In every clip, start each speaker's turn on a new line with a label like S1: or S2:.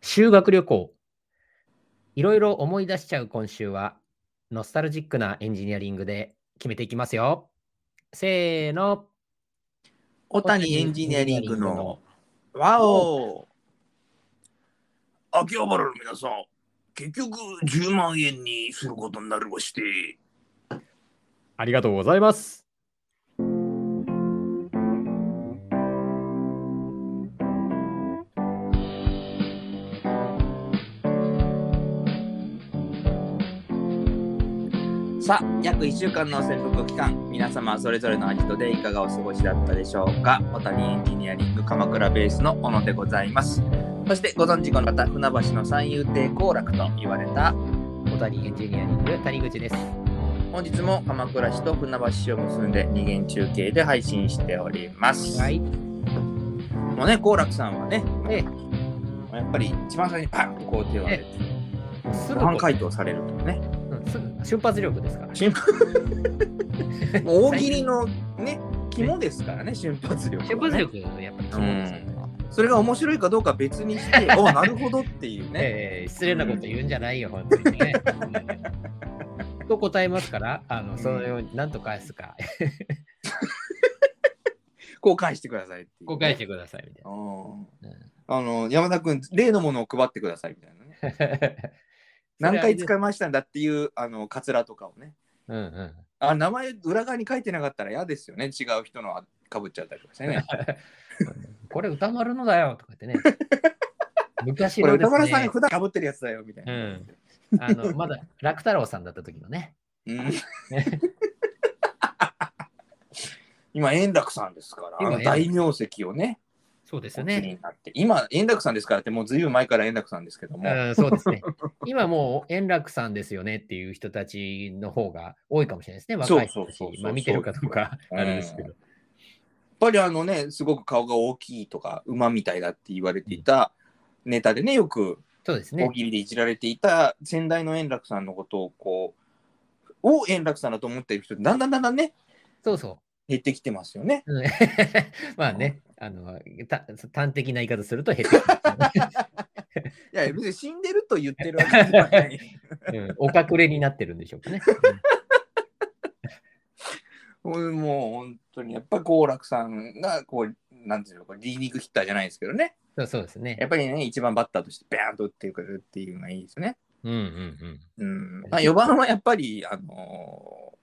S1: 修学旅行。いろいろ思い出しちゃう今週は、ノスタルジックなエンジニアリングで決めていきますよ。せーの。
S2: 小谷エンジニアリングのワオ
S3: 秋葉原の皆さん、結局10万円にすることになりまして、
S1: ありがとうございます。
S2: さあ、約1週間の潜伏期間、皆様はそれぞれのアジトでいかがお過ごしだったでしょうか小谷エンジニアリング鎌倉ベースの小野でございます。そしてご存知この方、船橋の三遊亭好楽と言われた
S1: 小谷エンジニアリング、谷口です。
S2: 本日も鎌倉市と船橋市を結んで二元中継で配信しております。
S1: はい。
S2: もうね、好楽さんはね、
S1: え
S2: やっぱり一番最初にパンとこう手を挙げて、
S1: え、すぐ
S2: ご
S1: こ
S2: 飯回答されるというね、
S1: うんすぐ瞬発力ですから。
S2: 瞬発もう大喜利のね、肝ですからね、瞬発力、ね。
S1: 瞬発力、やっぱり肝ですよね。
S2: それが面白いかどうかは別にして、おなるほどっていうね。
S1: ええ失礼なこと言うんじゃないよ、本当にね。うんと答えますから、あのそれを何と返すか、
S2: こう返してくださいっていう。
S1: 誤解してくださいみたい
S2: うん
S1: ん
S2: あの山田君、例のものを配ってくださいみたいな ね。
S1: な。
S2: 何回使
S1: う
S2: いましたんだっていうあのカツラとかをね。
S1: うんうん。
S2: あ名前裏側に書いてなかったら嫌ですよね。違う人のかぶっちゃったりとかしてね。
S1: これ歌丸のだよとか言 ってね。昔
S2: これ
S1: ので
S2: 歌
S1: す、
S2: 丸さん
S1: ね
S2: が、普段かぶってるやつだよみたいな。
S1: うんあのまだ楽太郎さんだった時のね。
S2: うん
S1: ね
S2: 今、円楽さんですから、
S1: 今
S2: あの大名跡をね、
S1: そうです
S2: お
S1: よ
S2: 持ち
S1: ね。
S2: になって。今、円楽さんですからって、もうずいぶん前から円楽さんですけども。
S1: うん、そうですね。今もう円楽さんですよねっていう人たちの方が多いかもしれないですね。若い人たち
S2: そうそうそうそう
S1: まあ見てるかどうか
S2: うん
S1: あれですけど。
S2: やっぱりあのね、すごく顔が大きいとか、馬みたいだって言われていたネタでね、よく
S1: そうですね
S2: 大。喜利でいじられていた先代の円楽さんのことをこう、を円楽さんだと思っている人、だんだんだんだんね、
S1: そうそう。
S2: 減ってきてますよね。
S1: うんまあね、あのた端的な言い方すると減ってきますよ
S2: いや、別に死んでると言ってるわけではない。
S1: ね、うん。お隠れになってるんでしょうかね。
S2: 俺もう本当に、やっぱ好楽さんが、こう、なんていうのか、リーニングヒッターじゃないですけどね。
S1: そうそうですね
S2: や。っぱりね、一番バッターとして、バーンと打ってくれるっていうのがいいですね。
S1: うんうんうん。
S2: うん。まあ、4番はやっぱり、あのー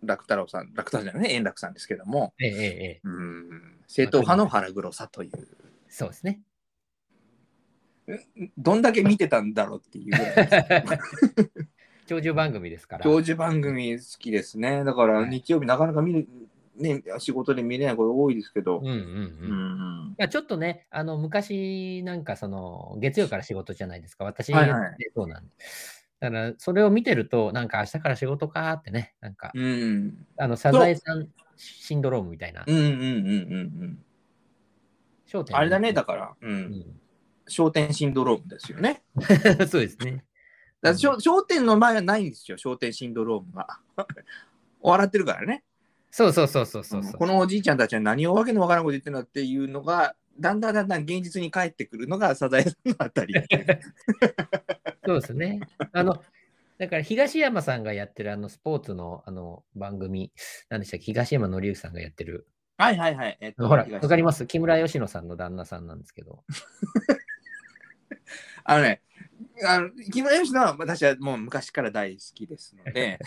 S2: 楽太郎さん、楽太郎じゃないね、円楽さんですけども、
S1: ええええええ、
S2: うん、正統派の腹黒さという、
S1: そうですね。
S2: どんだけ見てたんだろうっていうぐらい、
S1: 長寿番組ですから。
S2: 長寿番組好きですね。だから、
S1: はい
S2: 日曜日なかなか見る、ね、仕事で見れないこと多いですけど
S1: うん、うん
S2: う
S1: うん。い
S2: ん、
S1: やちょっとね、あの昔なんかその月曜から仕事じゃないですか、私、
S2: はいはい
S1: そうなんで。だからそれを見てると、なんか明日から仕事かーってね、なんか、
S2: うん、うん、
S1: あのサザエさんシンドロームみたいな
S2: うん、う。ん、うん、
S1: 焦
S2: うん。
S1: 点
S2: あれだね、だから、う、
S1: うんん
S2: 焦点シンドロームですよね。
S1: そうですね。
S2: だから焦焦点の前はないんですよ、焦点シンドロームが。 笑ってるからね。
S1: そうそうそうそうそうそう。
S2: このおじいちゃんたちは何をわけのわからんこと言ってるのっていうのが、だんだんだんだん現実に帰ってくるのがサザエさんの あたり。
S1: そうですね。あの、だから東山さんがやってるあのスポーツのあの番組、何でしたっけ、東山紀之さんがやってる。
S2: はいはいはい。えっと
S1: ほら、わ
S2: 東
S1: かります木村佳乃さんの旦那さんなんですけ ど。
S2: あのね、あの木村佳乃は私はもう昔から大好きですの で、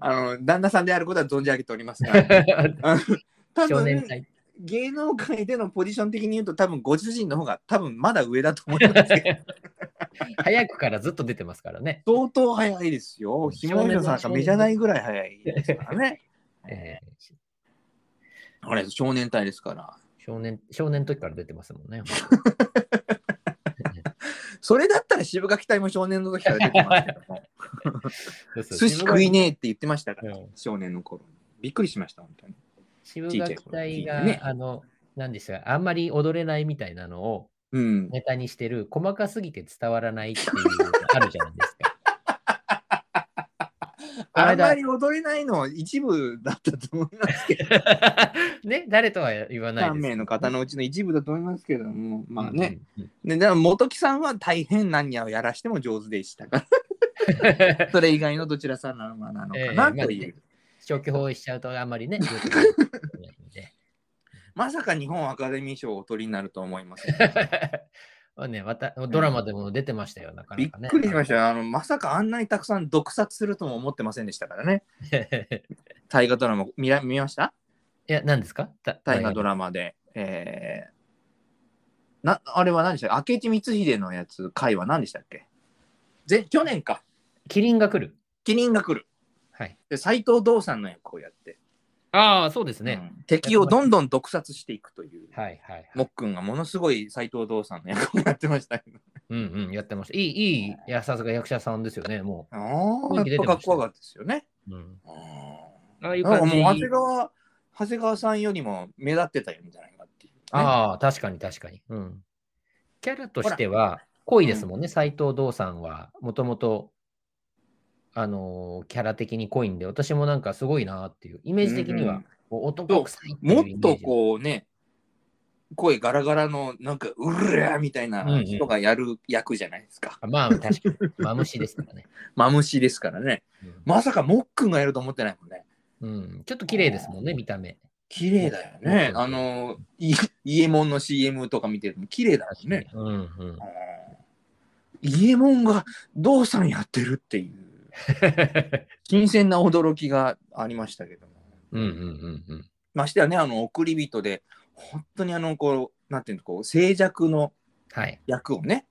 S2: あの旦那さんであることは存じ上げておりますが、 あの多
S1: 少年
S2: 分
S1: 隊。
S2: 芸能界でのポジション的に言うと、多分ご主人の方が多分まだ上だと思いますけど、
S1: 早くからずっと出てますからね。
S2: 相当早いですよ。木村佳乃さんなんかメジャーないぐらい早いですからね。
S1: えー
S2: あれ、少年隊ですから。
S1: 少年、少年の時から出てますもんね。
S2: それだったら渋垣隊も少年の時から出てますけ ども、寿司食いねえって言ってましたから、
S1: うん
S2: 少年の頃に。びっくりしました、本当に。
S1: 渋垣隊が、
S2: ね
S1: あの、何でしたか、あんまり踊れないみたいなのを
S2: うん。
S1: ネタにしてる、細 かすぎて伝わらないっていうのがあるじゃないですか。この
S2: あん
S1: 間
S2: まり踊れないのは一部だったと思いますけど、
S1: ね、誰とは言わない
S2: 3
S1: です。
S2: 名の方のうちの一部だと思いますけども、まあね。
S1: うん。
S2: で、でも元木さんは大変何やをやらしても上手でしたから、 それ以外のどちらさんなのかな
S1: ええ
S2: という。
S1: 消去法しちゃうとあんま りね。
S2: まさか日本アカデミー賞をお取りになると思い ます。
S1: まあ ね、またドラマでも出てましたよ、なか
S2: び
S1: な
S2: っ
S1: かね。
S2: くりしましたよあの。まさかあんなにたくさん毒殺するとも思ってませんでしたからね。
S1: た。
S2: 大河ドラマ見ら見ました
S1: いや、何ですかた
S2: 大河ドラマで、えー、なあれは何でしたっけ明智光秀のやつ回は何でしたっけぜ去年か
S1: キリンが来る。
S2: キリンが来る
S1: はい。
S2: で斎藤道さんの役をやって、
S1: ああ、そうですね。
S2: うん敵をどんどん毒殺していくという、
S1: はいはいはい。
S2: もっくんがものすごい斎藤道さんの役をやってました けど
S1: うんうん、やってました。いい、いい、いや、さすが役者さんですよね、も
S2: ああやっぱかっこよかったですよね
S1: う。うん、
S2: あ
S1: ああい
S2: ー
S1: う
S2: なんか
S1: 感
S2: もう
S1: じ。
S2: 長谷川長谷川さんよりも目立ってたんじゃないかっていう、ね、
S1: ああ、確かに確かに。うん。キャラとしては、濃いですもんね、斎、藤道さんは。もともと、あのーキャラ的に濃いんで、私もなんかすごいなっていう、イメージ的に
S2: うんう
S1: は
S2: ん、
S1: こう男臭いっていう
S2: もっ
S1: イメージ
S2: とこうね、声ガラガラの、なんか、うるやみたいな人がやる役じゃないですか。
S1: あまあ、確 かに。マムシですからね。
S2: マムシですからね。
S1: うん
S2: まさかもっくんがやると思ってないもんね。
S1: うん、ちょっと綺麗ですもんね、見た目。
S2: 綺麗だよね。あの、い伊右衛門の CM とか見てると綺麗だしね。
S1: うんうん。
S2: うん伊右衛門が、道さんやってるっていう、新鮮な驚きがありましたけども。
S1: うんうんうんうん。
S2: ましてはね、あの、送り人で、本当にあの、こう、なんていうの、こう、静寂の、
S1: はい。
S2: 役をね、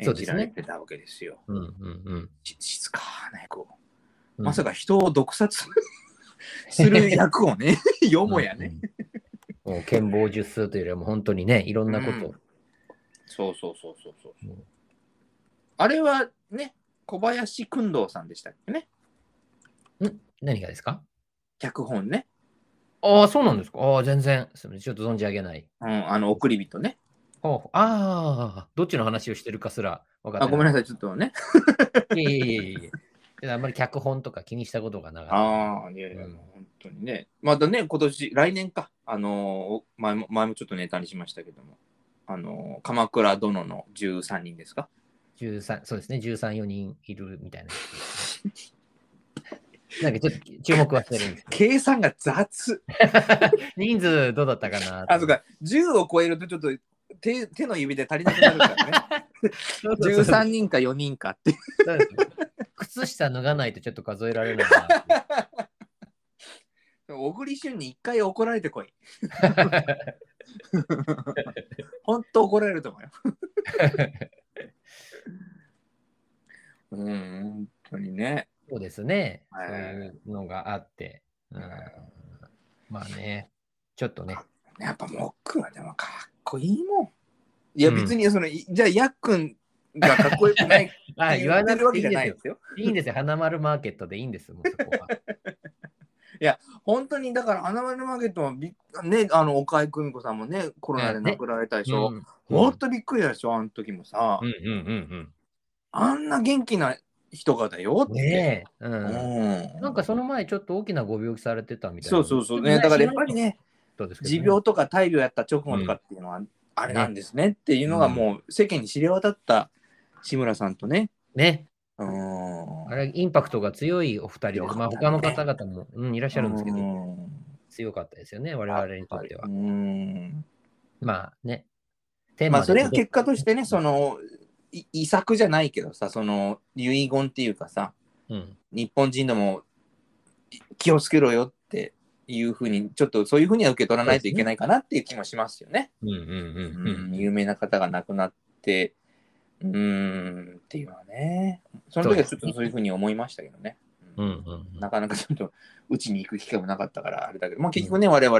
S1: そ
S2: 演
S1: うで
S2: じ
S1: す
S2: ら
S1: ね
S2: れてたわけですよ。
S1: うんうんうん。
S2: し静かな役を。
S1: うん
S2: まさか人を毒殺 する役を ね、よもやね。
S1: うん。もう剣謀術数というよりはもう本当にね、いろんなことを。
S2: そうそうそうそうそうそう
S1: うん
S2: あれはね、小林君堂さんでしたっけね、
S1: 何がですか
S2: 脚本ね。
S1: ああ、そうなんですか。ああ、全然。すみませんちょっと存じ上げない。
S2: うん、あの、送り人ね。
S1: ほうほうああ、どっちの話をしてるかすら分かって
S2: あ、ごめん
S1: な
S2: なさい、ちょっとね。
S1: い。いえいえいえいえであんまり脚本とか気にしたことがなかっ
S2: ああ、いやいや、もう本当にね。またね、今年、来年か。あのー前も、前もちょっとネタにしましたけども、あのー鎌倉殿の13人ですか
S1: た。13、そうですね、13、4人いるみたいな。なんかちょっと注目はしてる んですけど。
S2: 計算が雑。
S1: 人数どうだったかな
S2: あ、そうか、10を超えるとちょっと手手の指で足りなくなるか らね。
S1: そうそうそう
S2: 13人か4人かって。
S1: そうです靴下脱がないとちょっと数えられないな。
S2: 小栗旬に一回怒られて こい。本当怒られると 思うよ。うん、本当にね。
S1: そうですね。
S2: はい
S1: そういうのがあって。うんまあね、ちょっとね。
S2: やっぱモックはでもかっこいいもん。いや、別にその、いじゃあヤックンがかっこよく ないって
S1: あ、言
S2: 言
S1: わ
S2: って
S1: な
S2: るわ
S1: くて
S2: け
S1: いい
S2: じゃ
S1: で
S2: な
S1: す
S2: い
S1: よ
S2: で。すよ。
S1: いいんですよ。花丸マーケットでいいんですもん、そこは。
S2: 本当にだから花丸マーケットはびっねあの岡井久美子さんもねコロナで亡くなられたでしょ、
S1: うん
S2: ほんとびっくりだでしょあの時もさ、
S1: うんうん
S2: あんな元気な人がだよっ
S1: うん。
S2: て、
S1: ねえ。う。
S2: うんん、
S1: なんかその前、ちょっと大きなご病気されてたみたいな。
S2: そうそうそうねだからやっぱりね
S1: そうですけどね。
S2: 持病とか大病やった直後とかっていうのはあれなんですね、っていうのがもう世間に知れ渡った志村さんとね
S1: ね。
S2: うん
S1: あれ、インパクトが強いお二人で、
S2: 強かったね
S1: まあ他の方々もうんいらっしゃるんですけ
S2: う
S1: ど、
S2: ん
S1: 強かったですよね、我々にとっては
S2: う。ん
S1: まあね。テーマ
S2: まあ
S1: で
S2: それが結果としてねそのい遺作じゃないけどさその遺言っていうかさ、
S1: うん。
S2: 日本人でもい気をつけろよっていうふうに、ちょっとそういうふうには受け取らないといけないかなっていう気もしますよね。
S1: うんうんうん
S2: うん有名な方が亡くなって、うーんっていうのはね、その時はちょっとそういうふうに思いましたけどね。
S1: うん。うんうん
S2: なかなかちょっと打ちに行く機会もなかったからあれだけど、まあ、結局ね、我々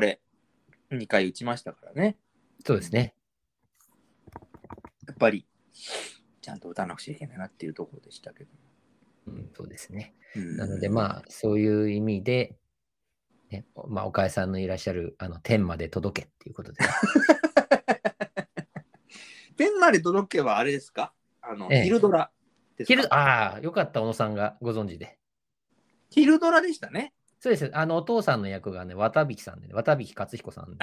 S2: 2回打ちましたからね、
S1: そうですね。
S2: やっぱりちゃんと打たなくちゃいけないなっていうところでしたけど。
S1: うんそうですね。
S2: うん
S1: なので、まあ、そういう意味で、ね、まあ、岡井さんのいらっしゃる、あの、天まで届けっていう ことで。
S2: ペンまで届けばあれですかあの、
S1: ええ
S2: 昼ドラですか
S1: 昼、ああ、よかった、小野さんがご存知で。
S2: 昼ドラでしたね。
S1: そうです。あの、お父さんの役がね、綿引さんで、ね、綿引勝彦 さんで。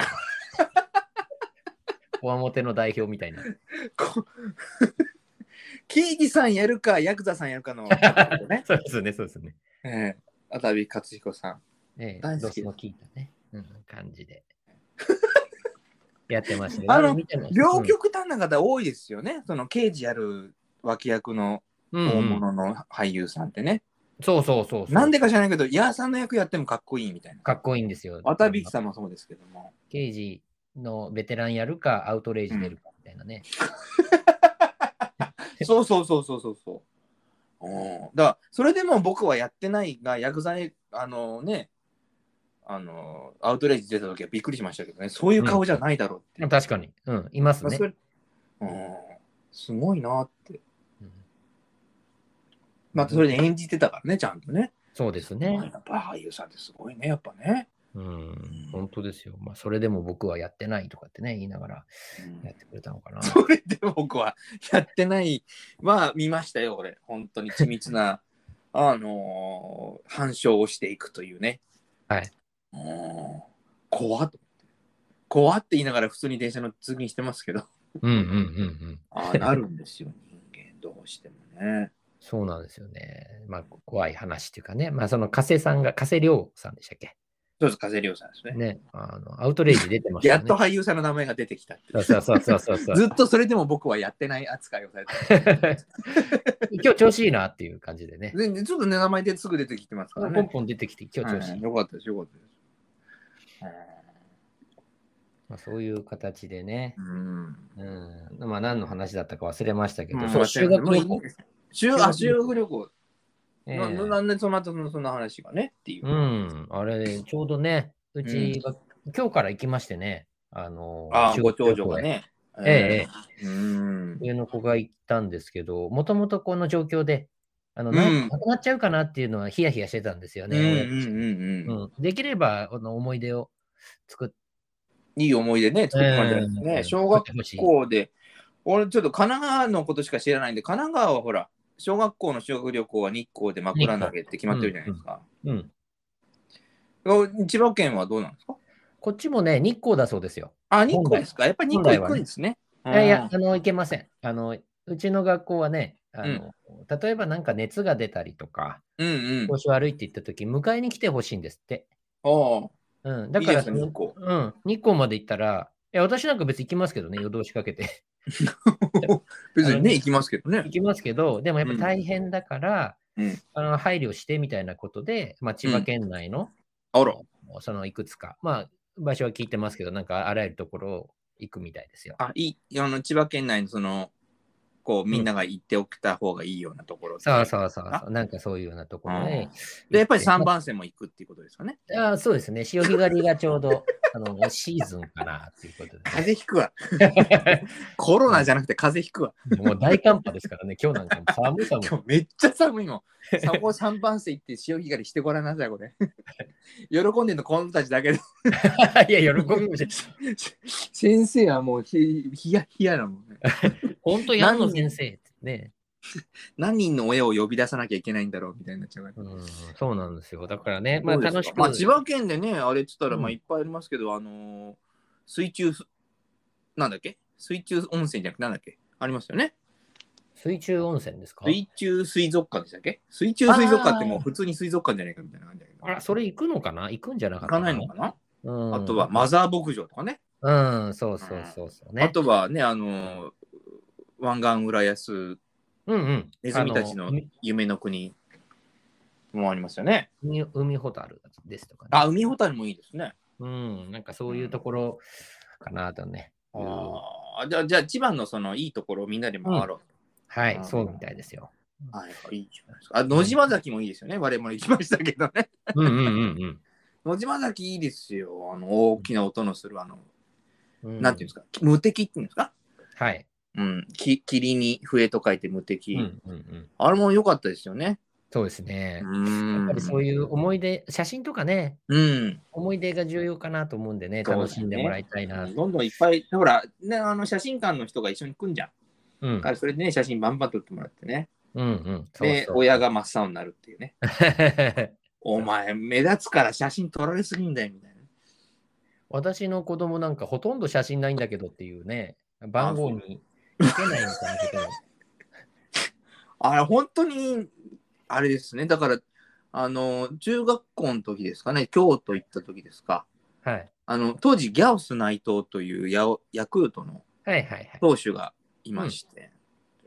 S1: こわもての代表みたいな。
S2: こ 刑事さんやるか、ヤクザさんやるかの、ね。
S1: そうですね、そうですね。
S2: ええ渡辺勝彦さん。
S1: ええ
S2: 大好き
S1: ドスの効いたね、うん、感じで。やってましたね。
S2: あの
S1: 見てました
S2: 両極端な方多いですよね。その刑事やる脇役の
S1: うん
S2: 大
S1: うんうん
S2: 物の俳優さんってね。
S1: そうそうそうそう。
S2: なんでか知らないけど、ヤーさんの役やってもかっこいいみたいな。
S1: かっこいいんですよ。
S2: 渡辺さんもそうですけども。
S1: 刑事のベテランやるか、アウトレイジ出るかみたいなね。
S2: そうそうそうそうそうそう。うん、だからそれでも僕はやってないが、ヤクザに、あのね、あのアウトレイジ出た時はびっくりしましたけどね、そういう顔じゃないだろうって。
S1: 確かに。うん、います
S2: まあ
S1: ね
S2: そ。れうん、すごいなって。
S1: うん
S2: またそれで演じてたからね、ちゃんとね。
S1: そうです
S2: まあ
S1: ね。
S2: やっぱ俳優さんってすごいね、やっぱね。
S1: うん、本当ですよ。まあ、それでも僕はやってないとかってね、言いながら
S2: うん
S1: やってくれたのかな。
S2: それで僕はやってない。まあ見ましたよ、俺。本当に緻密 な、あのー、反証をしていくというね。
S1: はい。
S2: うん怖っと思って。怖って言いながら普通に電車の通勤してますけど。
S1: うんうんうんうん。
S2: ああ、なるんですよ、人間。どうしてもね。
S1: そうなんですよね。まあ、怖い話っていうかね。まあ、その加瀬さんが、加瀬亮さんでしたっけ
S2: そうです、風涼さんですね。
S1: ね。あの、アウトレイジ出てましたね。
S2: やっと俳優さんの名前が出てきたって。
S1: そうそうそうそうそう。
S2: ずっとそれでも僕はやってない扱いをされ てた
S1: 今日調子いいなっていう感じでね。
S2: ででちょっとね、名前ですぐ出てきてますか
S1: ポ
S2: ら
S1: ン
S2: ね。
S1: ポン出てきて、今日調子いい。
S2: はいよかったです、よかったです。
S1: まあ、そういう形でね。
S2: うん。
S1: うん。まあ、何の話だったか忘れましたけど、
S2: うん
S1: そう、修学旅
S2: もうい
S1: 行
S2: い。修あ修学旅行。
S1: ええ
S2: ななんでその後のそんな話がねっていう。
S1: うん。あれ、ちょうどね、うちが、今日から行きましてね。あの、
S2: ああ、
S1: 修
S2: ご
S1: 学旅
S2: 長女
S1: 行
S2: が
S1: へ。
S2: ね。
S1: ええ
S2: え。うん。
S1: 上の子が行ったんですけど、もともとこの状況で、あの、
S2: うん
S1: ななくなっちゃうかなっていうのはヒヤヒヤしてたんですよ
S2: うんう
S1: ね。
S2: ん
S1: 親として
S2: うんうん。
S1: うんできれば、あの思い出を作って
S2: いい思い出ね、作ってもらいたいです
S1: え
S2: ね。
S1: え
S2: 小学
S1: 作ってほしい
S2: 校で、俺ちょっと神奈川のことしか知らないんで、神奈川はほら、小学校の修学旅行は日光で枕投げって決まってるじゃないですか。
S1: うん。
S2: 千葉県はどうなんですか
S1: こっちもね、日光だそうですよ。
S2: あ、日光ですかやっぱり日光行くんですね。
S1: いやいや、あの、いけません。あの、うちの学校はね、あの例えばなんか熱が出たりとか、
S2: うんうん。
S1: 調子悪いって言った時、迎えに来てほしいんですって。
S2: ああ、
S1: うん。だ
S2: いい
S1: か
S2: で
S1: ら
S2: すね、日光。
S1: うん。日光まで行ったら、いや、私なんか別に行きますけどね、夜通しかけて
S2: 別にね、行きますけどね
S1: 行。きますけど、でもやっぱ大変だから、
S2: うん
S1: あの配慮してみたいなことで、まあ、千葉県内の、
S2: あら。
S1: そのいくつか、まあ、場所は聞いてますけど、なんかあらゆるところを行くみたいですよ。
S2: あ、いい。あの、千葉県内のその、こう、みんなが行っておきた方がいいようなところ。
S1: そうそうそう
S2: あ
S1: そう、なんかそういうようなところ
S2: う
S1: で
S2: ん。で、やっぱり3番線も行くっていうことです かね。
S1: あそうですね、潮干狩りがちょうど あのシーズンかなっていうこと
S2: 風邪ひく わ。
S1: で、
S2: コロナじゃなくて風邪ひくわ。
S1: もう大寒波ですからね、今日なんかも寒さも
S2: 今日めっちゃ寒いもん。そこ3番線行って潮干狩りしてごらんなさい、こ れ。喜んでんのこの子たちだけで。
S1: いや、喜びもし
S2: 先生はもうひひやひやだもんね。
S1: 本当、やんの先生ってね、
S2: 何人の親を呼び出さなきゃいけないんだろうみたいになっちゃうから。
S1: うん。そうなんですよ。だからね、 まあ
S2: どうですか
S1: 楽しく。
S2: まあ、千葉県でね、あれっつったら、
S1: うん
S2: まあ、いっぱいありますけど、あのー水中す、なんだっけ水中温泉じゃなくて、なんだっけありますよね。
S1: 水中温泉ですか
S2: 水中水族館でしたっけ水中水族館ってもう普通に水族館じゃないかみたいな感じだけど。
S1: あら、それ行くのかな行くんじゃなか
S2: 行
S1: った
S2: かないのかな、
S1: な、うん、
S2: あとは、マザー牧場とかね。
S1: うん、そうそうそうそうね。
S2: あとはね、あのー湾岸浦安
S1: うんうん。
S2: ネズミたちの
S1: あ海
S2: 夢の国もありますよね。
S1: 海海ホタルですとかね。
S2: あ、海ほたるもいいですね。
S1: うん、なんかそういうところかなとね。うん
S2: あーじゃあ、じゃあ千葉のそのいいところをみんなで回ろう。
S1: はい、
S2: うん
S1: そうみたいですよ。
S2: はいはい、いいじゃないですか。あ、野島崎もいいですよね。我々も行きましたけどね。
S1: うんうんうん
S2: 野島崎いいですよ。あの、大きな音のする、あの、
S1: うん。
S2: なんていうんですすか、無敵っていうんですか
S1: かはい。
S2: うん、き霧に笛と書いて無敵。
S1: うんうんうん。
S2: あれも良かったですよね。
S1: そうですね
S2: う。
S1: やっ
S2: ん
S1: ぱり。そういう思い出、写真とかね、
S2: うん。
S1: 思い出が重要かなと思うんでね、
S2: そうだね
S1: 楽しんでもらいたいな。
S2: どんどんいっぱい、ほら、ね、あの写真館の人が一緒に来んじゃん。
S1: うん
S2: だからそれでね、写真バンバン撮ってもらってね。
S1: うんうん。そう
S2: で、
S1: そう
S2: 親が真っ青になるっていうね。お前、目立つから写真撮られすぎんだよ、みたいな。
S1: 私の子供なんかほとんど写真ないんだけどっていうね、番号につけないのかなけど。
S2: あれ、本当に、あれですね。だから、あの、中学校の時ですかね、京都行った時ですか。
S1: はい。
S2: あの、当時、ギャオス内藤というヤオヤクルトの
S1: はいはいはい。
S2: 投手がいまして、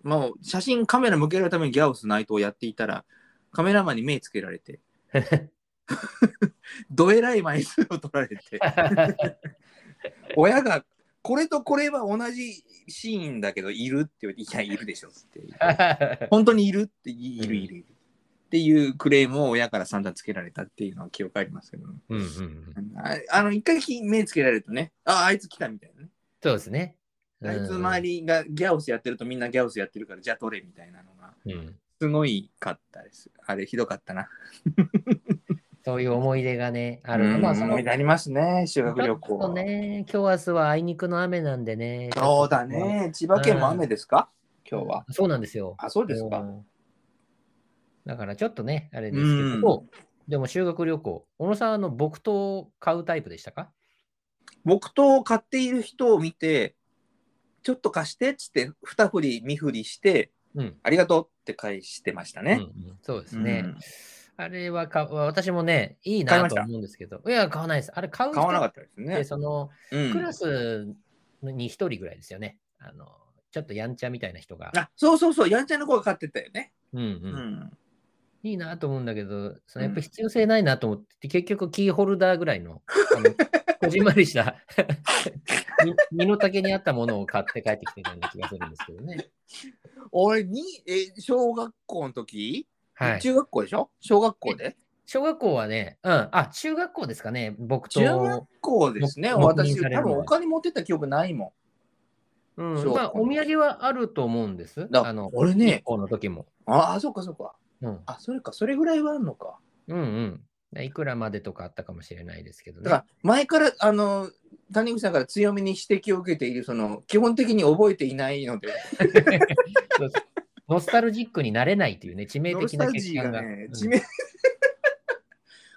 S2: もう写真カメラ向けるためにギャオス内藤をやっていたら、カメラマンに目つけられて、どえらい枚数を取られて、親が、これとこれは同じシーンだけど、いるって言われて、いや、いるでしょって。 本当にいるって、いいるいるいる。っていうクレームを親から散々つけられたっていうのは記憶ありますけど、ね、
S1: うんうんうん
S2: ああの、一回き目つけられるとね、あ、あいつ来たみたいなね。
S1: そうですね。
S2: あいつ周りがギャオスやってるとみんなギャオスやってるからじゃあ取れみたいなのが
S1: うん、うん
S2: すごいかったです。あれひどかったな。
S1: そういう思い出がね、あ
S2: あ
S1: る。まあ、その
S2: 思い出ありますね、修学
S1: ち
S2: 旅
S1: ょっと
S2: 行。
S1: ね、今日明日はあいにくの雨なんでね。
S2: そうだ。ね、千葉県も雨ですか、今日は。
S1: そうなんですよ。
S2: あ、そうです
S1: う
S2: か。
S1: んだからちょっとね、あれですけど、でも修学旅行、小野さん、あの、木刀を買うタイプでしたか
S2: 木刀を買っている人を見て、ちょっと貸してっつって、二振り、三振りして、
S1: うん。
S2: ありがとうって返してました
S1: うん
S2: ね。
S1: うんそうですね。
S2: うん
S1: あれはか、私もね、いい
S2: 買い
S1: な
S2: まし
S1: と
S2: た
S1: 思うんですけど、いや、買わないです。あれ、買う人
S2: 買わなか
S1: っ
S2: ったです
S1: て、
S2: ね。
S1: その、
S2: うん
S1: クラスに一人ぐらいですよね。あの、ちょっとやんちゃみたいな人が。
S2: あそうそうそう、やんちゃな子が買ってたよね。
S1: うんう。
S2: うんん。
S1: いいなと思うんだけど、そのやっ
S2: う
S1: ぱ
S2: ん
S1: 必要性ないなと思って、結局キーホルダーぐらい の、あのこじんまりした み身の丈に合ったものを買って帰ってきてるような気がするんですけどね。
S2: 俺に、え、小学校の時、
S1: はい。
S2: 中学校でしょ小学校で
S1: 小学校はね、うん、あ、中学校ですかね、僕
S2: 中学
S1: と。
S2: 校ですね。
S1: 黙認
S2: 私、
S1: される
S2: 多
S1: の
S2: 分
S1: は
S2: お金持ってった記憶ないも
S1: うん
S2: 小学校
S1: まあ、お土産はあると思うんです
S2: ん。。だ
S1: あの、
S2: 俺ね、
S1: 高校の時も。
S2: ああ、そうかそうか。
S1: うん、
S2: あ、それか、それぐらいはあるのか。
S1: うん、うん。いくらまでとかあったかもしれないですけど
S2: だ
S1: ね。
S2: から、前から、あの、谷口さんから強めに指摘を受けている、その、基本的に覚えていないので、
S1: そうそうノスタルジックになれないというね、致命
S2: ノル
S1: 的
S2: ス
S1: な
S2: タ
S1: 欠
S2: ジー
S1: 陥
S2: が
S1: が。
S2: ね、
S1: うん
S2: 地名、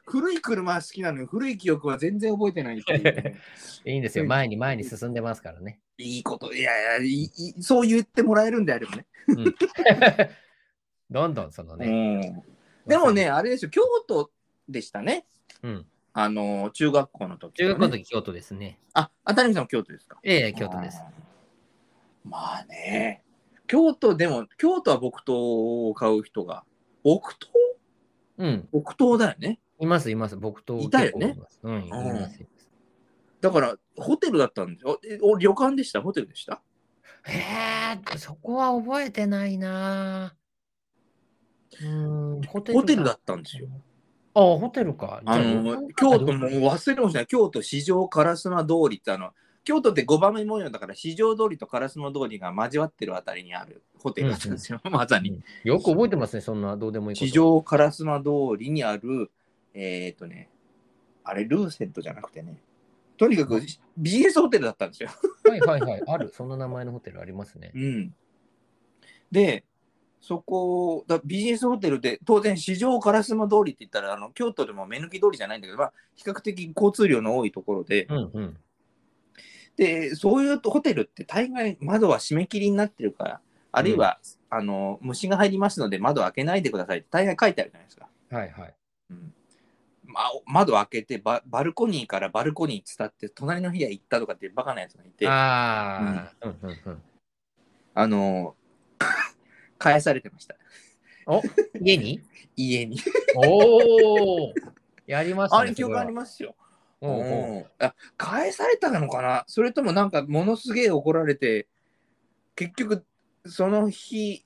S2: 古い車は好きなのに、古い記憶は全然覚えてないってい うね
S1: いいんですよ。前に前に進んでますからね。
S2: いいこと、いやいやいいいい、そう言ってもらえるんであればね。
S1: うん、どんどんそのね。
S2: うんでもね、あれですよ、京都でしたね。
S1: うん、
S2: あの、中学校の時、
S1: 中学校の時、京都ですね。
S2: あ、あ谷口さんも京都ですか
S1: ええ、京都です。。
S2: うんまあね、京都でも、京都は木刀を買う人が、木刀
S1: うん、
S2: 木刀だよね。
S1: います、います。僕と。
S2: いたよね
S1: 結構ます。うん、います。います
S2: だから、ホテルだったんですよ。えお旅館でしたホテルでした
S1: へえ、そこは覚えてないなぁ。うん、ホテル
S2: ホテルだったんですよ。
S1: あ、ホテルか。
S2: あ
S1: じゃ
S2: の、
S1: 旅
S2: 京
S1: 館
S2: 都もう忘れもしない。京都市場烏丸通りってあの、京都って5番目模様だから、市場通りと烏丸通りが交わってるあたりにあるホテルだったんですよ。まさに。
S1: よく覚えてますね、そんな、どうでもいいこと。
S2: 地上烏丸通りにある、えっ、とね、あれ、ルーセントじゃなくてね、とにかくビジネスホテルだったんですよ。
S1: はいはいはい。ある、そんな名前のホテルありますね
S2: う。ん、で、そこだ、ビジネスホテルで、当然、市場烏丸通りって言ったら、あの京都でも目抜き通りじゃないんだけど、まあ、比較的交通量の多いところで、
S1: うんうん。
S2: で、そういうホテルって大概窓は締め切りになってるから、あるいは、あの虫が入りますので窓開けないでくださいって大概書いてあるじゃないですか。
S1: はいはい。
S2: うんまあ、窓開けてババルコニーからバルコニー伝って隣の部屋行ったとかっていうバカなやつがいてあ
S1: ああ、うんうんうん。
S2: の ー返されてました
S1: お、家に
S2: 家に
S1: おおやりました
S2: あ
S1: ね。
S2: れ記憶ありますよ、
S1: それはおうおう
S2: うんあ返されたのかなそれともなんかものすげえ怒られて結局その日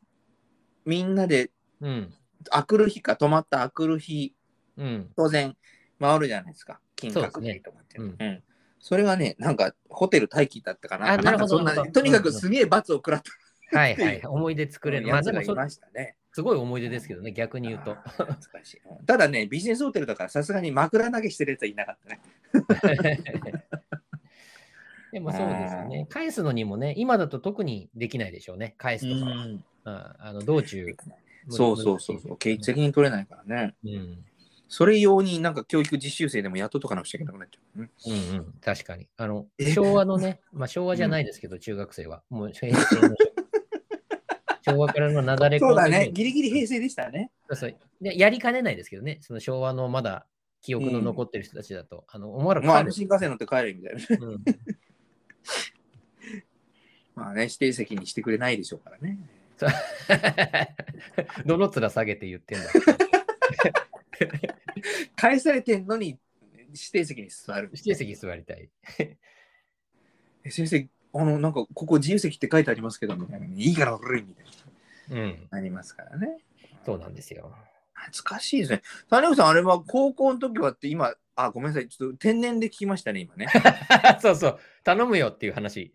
S2: みんなで
S1: うん。
S2: あくる日か泊まったあくる日
S1: うん。
S2: 当然回るじゃないですか金
S1: そ
S2: 閣
S1: うです
S2: 寺
S1: ね
S2: とかって、
S1: うん
S2: うんそれがねなんかホテル待機だったかな
S1: あなるほど
S2: んかそん
S1: なるほ
S2: な
S1: ど
S2: とにかくすげえ罰を食らった
S1: はいはい。思い出作れる。まあ
S2: やつ
S1: で
S2: が
S1: も
S2: い
S1: それ、
S2: ましたね、
S1: すごい思い出ですけどね、逆に言うと
S2: あ。ー懐かしいうんただねビジネスホテルだからさすがに枕投げしてるやつはいなかったね
S1: でもそうですよね。返すのにもね、今だと特にできないでしょうね。返すとかは。うんあの道中。
S2: そうそうそうそうう。責任取れないからね
S1: うん。
S2: それ用になんか教育実習生でも雇っとかなくちゃいけなくなっちゃう。うん
S1: うんうん、確かに。あの、
S2: え
S1: 昭和のね、まあ昭和じゃないですけど、中学生は。もう、平成 の昭和からのなだれ込ん
S2: そ
S1: で
S2: うだね。ギリギリ平成でしたね。
S1: そうそうでやりかねないですけどね、その昭和のまだ記憶の残ってる人たちだと、あの、お前ら
S2: まあ、あ
S1: 帰
S2: の
S1: る
S2: 新幹線乗って帰れみたいな。
S1: うん
S2: まあね、指定席にしてくれないでしょうからね。
S1: どの面下げて言ってんだ。
S2: 返されてんのに指定席に座る。
S1: 指定席座りたい。
S2: え先生、あの、なんか、ここ自由席って書いてありますけど、みたいな。いいから古いみたいな。
S1: うん。
S2: なりますからね。
S1: そうなんですよ。
S2: 懐かしいですね。谷口さん、あれは高校の時はって今、あ、ごめんなさい。ちょっと天然で聞きました ね、今ね。
S1: そうそう。頼むよっていう話。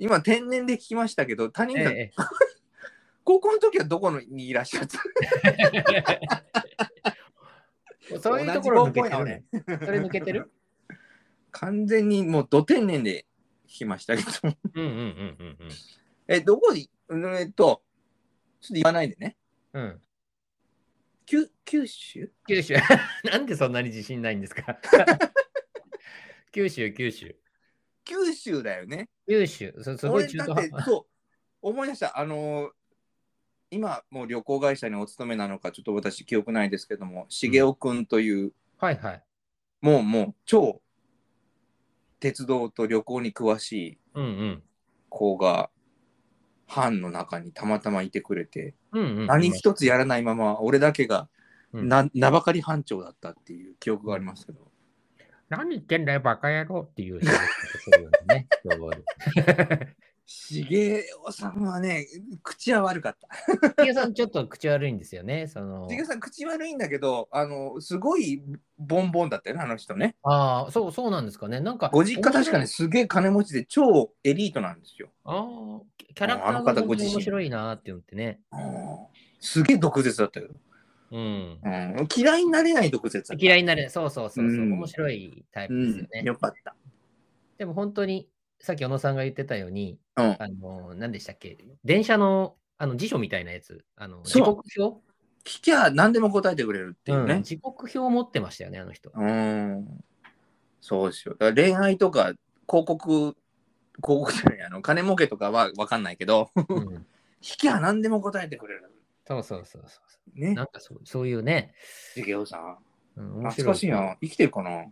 S2: 今、天然で聞きましたけど、谷口さん、
S1: え え
S2: 高校の時はどこのにいらっしゃった
S1: そういうところ
S2: 同
S1: 抜
S2: じ
S1: け
S2: 高校
S1: て
S2: や
S1: る
S2: 俺
S1: ね。それ抜けて る
S2: 完全にもう、ど天然で聞きましたけど。
S1: うんうんうんうん
S2: え、どこに、えーっと、ちょっと言わないでね。
S1: うん。うん。
S2: 九九州
S1: 九州。 なんでそんなに自信ないんですか 九州、九州。
S2: 九州だよね。
S1: 九州。そすごい
S2: 俺
S1: 中
S2: だ
S1: 途
S2: って
S1: 半端。
S2: そう思い出したあのー今もう旅行会社にお勤めなのかちょっと私記憶ないですけども茂雄君という、
S1: はいはい。
S2: もうもう超鉄道と旅行に詳しい
S1: うんうん。
S2: 子が班の中にたまたまいてくれて、
S1: うんうんうん、
S2: 何一つやらないまま俺だけが、
S1: うん
S2: な名ばかり班長だったっていう記憶がありますけど、
S1: 何言ってんだよ、バカ野郎っていう仕事をするようなね。 要望で
S2: 茂雄さんはね口は悪かった
S1: ヒゲさん、ちょっと口悪いんですよね。その
S2: 茂雄さん口悪いんだけどあのすごいボンボンだったよねあの人ね
S1: ああ、そう、そうなんですかね。なんか、
S2: ご実家確かに
S1: す。
S2: すげえ金持ちで超エリートなんですよ。
S1: ああ、キャラクタ
S2: あの
S1: ー
S2: 方
S1: が
S2: ご自身
S1: 面白いなーって思ってね。
S2: すげえ毒舌だったよ、
S1: うん。
S2: うん。嫌いになれない毒舌だった。
S1: 嫌いになれない。そうそうそうそう、
S2: うん
S1: 面白いタイ
S2: う
S1: プですよ
S2: ん
S1: ね。
S2: よかった。
S1: でも本当に、さっき小野さんが言ってたように、
S2: うん
S1: あの、何でしたっけ電車のあの辞書みたいなやつ、あの
S2: そ
S1: 時
S2: う
S1: 刻表
S2: 聞きゃ何でも答えてくれるっていう
S1: うん
S2: ね。
S1: 時刻表持ってましたよね、あの 人。
S2: うん。そうですよ。だから恋愛とか広告、広告じゃない、あの金儲けとかは分かんないけど、
S1: うん、
S2: 聞きゃ何でも答えてくれる。
S1: そうそうそうそ
S2: ね
S1: う。 な。んかそうそういうね、
S2: 授業さん。
S1: うん、面
S2: 懐かしいな。生きてるかな。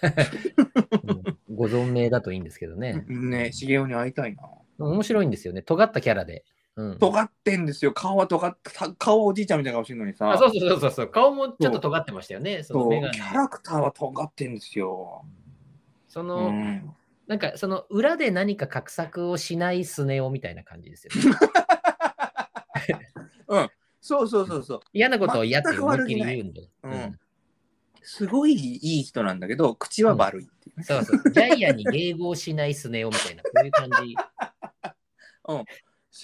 S1: うんご存命だといいんですけどね。
S2: ね、茂雄に会いたいな。
S1: 面白いんですよね。尖ったキャラで。うん、
S2: 尖ってんですよ。顔は尖った。顔はおじいちゃんみたいな顔してるのにさ。
S1: あそうそうそうそうそう。顔もちょっと尖ってましたよね。その
S2: そう
S1: メガネ
S2: キ。ャラクターは尖ってんですよ。
S1: そうの、
S2: ん、
S1: なんかその裏で何か画策をしないスネ夫みたいな感じですよ ね。
S2: そうそうそうそう、
S1: 嫌なことを嫌って思いっきり
S2: 全く悪気ない
S1: 言うんで。
S2: う
S1: うんん
S2: すごいいい人なんだけど、口は悪いっていうね。
S1: そうそう。ジャイアンに迎合しないスネ夫みたいな、こういう感じ。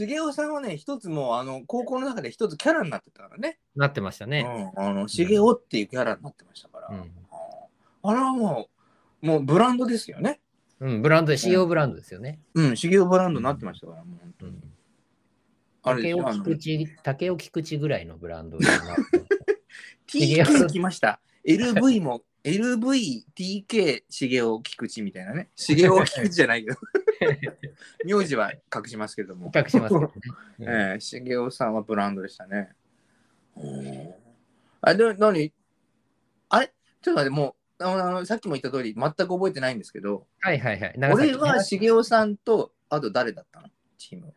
S2: 茂雄さんはね、一つもうあの高校の中で一つキャラになってたからね。
S1: なってましたね。
S2: うん、あの茂雄っていうキャラになってましたから。
S1: う
S2: うん
S1: ん。
S2: あれはもう、もうブランドですよね。
S1: うん、ブランドで、CO ブランドですよね。
S2: うん、茂雄ブランドになってましたから、もう本当
S1: う
S2: に。
S1: ん。
S2: あれ
S1: 竹
S2: でし
S1: 尾
S2: ょあの
S1: 菊池、竹尾菊池ぐらいのブランドになってます
S2: TK 来 ました。LV も、LV、TK、茂雄、菊池みたい なね。茂雄、菊池じゃないけど。 名字は隠しますけども。
S1: 比較し ますけどね。うん
S2: ええ茂雄さんはブランドでしたね。あ、で、何あれちょっと待って、もう、あのあのさっきも言った通り、全く覚えてないんですけど、
S1: はいはいはい。長崎
S2: 俺は茂雄さんと、あと誰だったのチーム。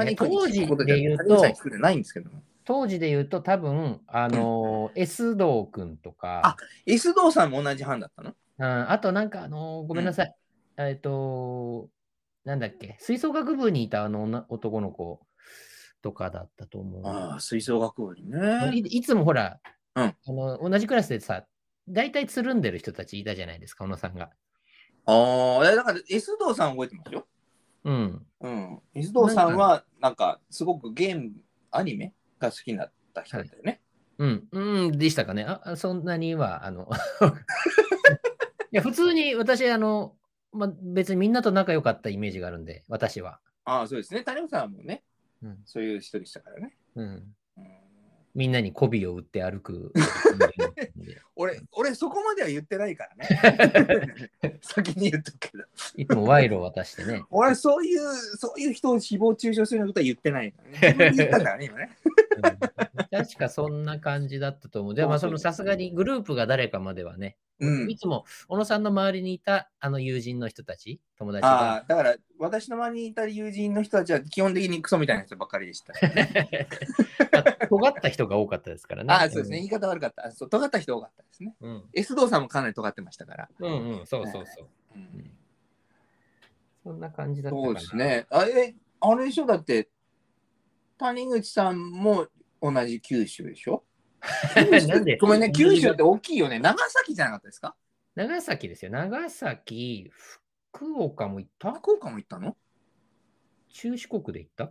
S1: え当時で言うと
S2: 谷口さん聞くことじゃないんですけども。
S1: 当時で言うと多分、あのー、S 堂くんとか、
S2: S 堂さんも同じ班だったの
S1: うん、あとなんか、あのーごめんなさい。えっと、なんだっけ、吹奏楽部にいたあの女男の子とかだったと思う。
S2: ああ、吹奏楽部に
S1: い
S2: ね。
S1: いつもほら、
S2: うん
S1: あの、同じクラスでさ、大体つるんでる人たちいたじゃないですか、小野さんが。
S2: ああ、いやだから S 堂さん覚えてますよ。
S1: うん。
S2: うん。S 堂さんは、なんか、すごくゲーム、アニメが好きになった人だったよね。
S1: うん、うん、でしたかね。あ、あそんなには、あの、 いや、普通に私、あの、まあ、別にみんなと仲良かったイメージがあるんで、私は。
S2: ああ、そうですね。谷本さんもね、
S1: うん
S2: そういう人でしたからね。
S1: うん。
S2: うん
S1: みんなに媚びを売って歩く。
S2: 俺、俺そこまでは言ってないから ね。先に言っとくけど。
S1: いつも賄賂を渡してね。
S2: 俺、そういう、そういう人を誹謗中傷するようなことは言ってないからね。自分で言ったんだからね、今ね。
S1: うん確かそんな感じだったと思う。でもまあそのさすがにグループが誰かまではね、
S2: うん
S1: い。つも小野さんの周りにいたあの友人の人たち、友達
S2: あ
S1: が
S2: あ、だから、私の周りにいた友人の人たちは基本的にクソみたいな人ばっかりでした。
S1: まあ尖った人が多かったですからね。
S2: ああ、そうですね。言い方悪かった。あそう尖った人多かったですね。
S1: うん。
S2: S 堂さんもかなり尖ってましたから。
S1: うんうん、そうそうそう。
S2: うん
S1: そんな感じだったか
S2: そう
S1: な
S2: です。ね。あえ、あれでしょだって、谷口さんも同じ九州でし ょ
S1: なんで
S2: ごめん ね、九州って大きいよね。長崎じゃなかったですか
S1: 長崎ですよ。長崎、福岡も行った
S2: 福岡も行ったの
S1: 中四国で行ったい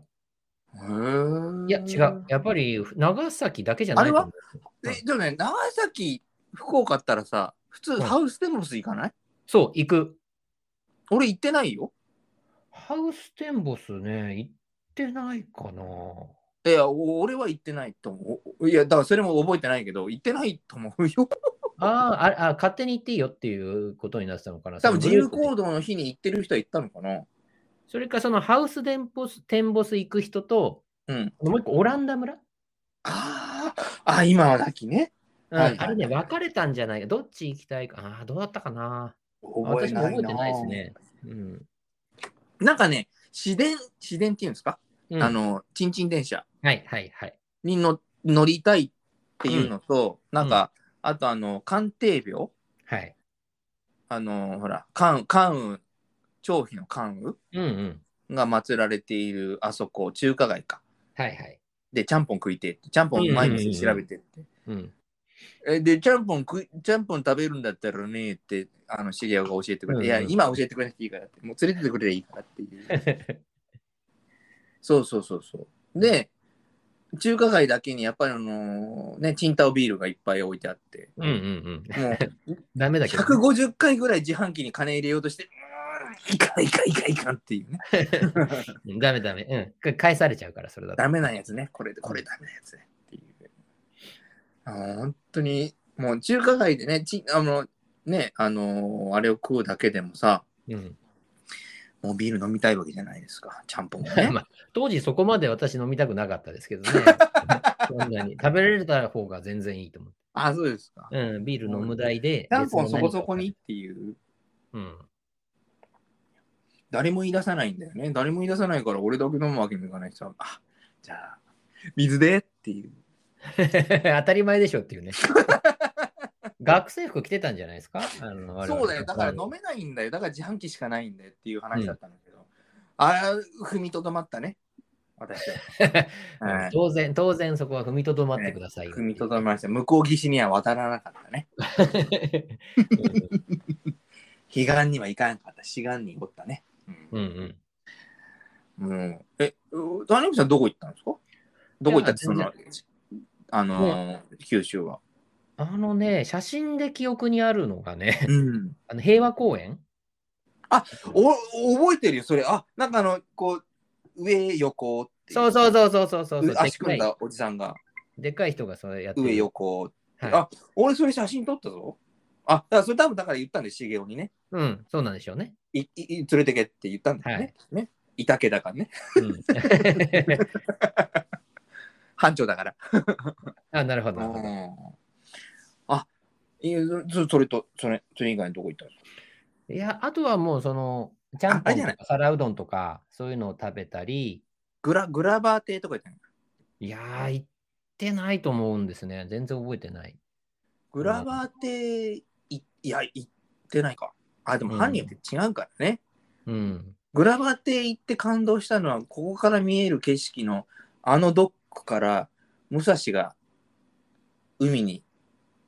S2: へ
S1: や、
S2: え
S1: 違う。。やっぱり長崎だけじゃないと思う
S2: え、でもね、長崎、福岡ったらさ、普
S1: う
S2: 通
S1: ん
S2: ハウステンボス行かない、
S1: そう、行く。
S2: 俺行ってないよ。
S1: ハウステンボスね、行ってないかな。
S2: いや、お俺は行ってないと思う。いや、だからそれも覚えてないけど、行ってないと思う よ。
S1: あああれあ、勝手に行っていいよっていうことになってたのかな。
S2: 多分
S1: そ
S2: 自
S1: のグル
S2: 由
S1: ープで
S2: 行動の日に行ってる人は行ったのかな。
S1: それか、そのハウステンボス、テンボス行く人と、
S2: うん。
S1: もう一個、オランダ村、
S2: あーあ、今はだきね。
S1: うん
S2: はいはいはい
S1: あれね、分かれたんじゃないか。どっち行きたいか。ああ、どうだったかな。
S2: 覚え
S1: 私も
S2: ない
S1: 覚え
S2: な
S1: てないですね。うん。
S2: なんかね、市電、市電っていうんですか、
S1: うん
S2: あ、の、ちんちん電車
S1: はいはいはい。
S2: にの乗りたいっていうのと、なんか、あとあの、鑑定病
S1: はい。
S2: あの、ほら、関関羽、張飛の関羽
S1: うんうん。
S2: が祀られている、あそこ、中華街か。
S1: はいはい。
S2: で、ちゃんぽん食いてって、ちゃんぽん毎日調べてって。
S1: うん。
S2: えで、ちゃんぽん食い、ちゃんぽん食べるんだったらねって、あの、知り合いが教えてくれて、いや、
S1: うんうん
S2: 今教えてくれなくていいからって、もう連れてってくれりゃいいからっていう。そうそうそうそう。で、中華街だけにやっぱりあのーね、チンタオビールがいっぱい置いてあって、
S1: うんうんうん。
S2: もう
S1: ダ メだけどね。
S2: 150回ぐらい自販機に金入れようとして、うーん、いかんいかんいかんいかんっていうね。
S1: ダメダメ。うんか。返されちゃうから、それだと。
S2: ダメなやつね。これ、これダメなやつね。っていう。あー本当に、もう中華街でね、ちあの、ね、あのーあれを食うだけでもさ、
S1: うん。
S2: もうビール飲みたいわけじゃないですか。ちゃんぽんも ね。
S1: まあ、当時そこまで私飲みたくなかったですけど ね。そんなに。食べられた方が全然いいと思う。
S2: あ、そうですか。
S1: うん、ビール飲む代で。
S2: ちゃんぽん
S1: 別の
S2: そ
S1: 何か
S2: こそこにっていう。
S1: うん。
S2: 誰も言い出さないんだよね。誰も言い出さないから俺だけ飲むわけにもいかないしさ、あじゃあ、水でっていう。
S1: 当たり前でしょっていう ね。学生服着てたんじゃないですかあの我々
S2: そうだよ、だから飲めないんだよ、だから自販機しかないんだよっていう話だったんだけど、ああ、踏みとどまったね、私
S1: う
S2: は。
S1: ん当然、当然そこは踏みとどまってくださいよ。
S2: 踏みとどまりました。向こう岸には渡らなかったね。彼岸には行かなかった、志願におったね。
S1: うんうん。
S2: うん。うん、え、谷口さん、どこ行ったんですかどこ行ったって、そ
S1: い
S2: の
S1: や、
S2: あのー九州 は。
S1: あのね、写真で記憶にあるのがね、
S2: うん。
S1: あの平和公園
S2: お覚えてるよ、それ。あ、なんかあの、こう、上横ってい
S1: そうそうそうそうそうそう。
S2: う
S1: で
S2: 足組
S1: か
S2: ん
S1: い
S2: だおじさんが
S1: でかい人がそれやってる
S2: 上横って
S1: はい
S2: あ俺それ写真撮ったぞ。あ、だからそれ多分だから言ったんで、茂雄にね。
S1: うん、そうなんでしょうね。
S2: いいい連れてけって言ったんだよね。ね。いたけだからね。
S1: うん、
S2: 班長だから。
S1: あなるほど
S2: う
S1: なるほど。
S2: ん。あ、いやそそれと、それ、それ以外のどこ行ったんですか
S1: いや、あとはもう、その、ちゃん
S2: ああ
S1: ぽ
S2: れ
S1: ん
S2: じゃ
S1: と
S2: ない
S1: か皿うどんとか、そういうのを食べたり、
S2: グラ、グラバー亭とか行ったんですか
S1: いやー、行ってないと思うんですね。全然覚えてない。
S2: グラバー亭、いいや、行ってないか。あ、でも犯人って違うからね。
S1: うん。
S2: グラバー亭行って感動したのは、ここから見える景色の、あのドックから、武蔵が海に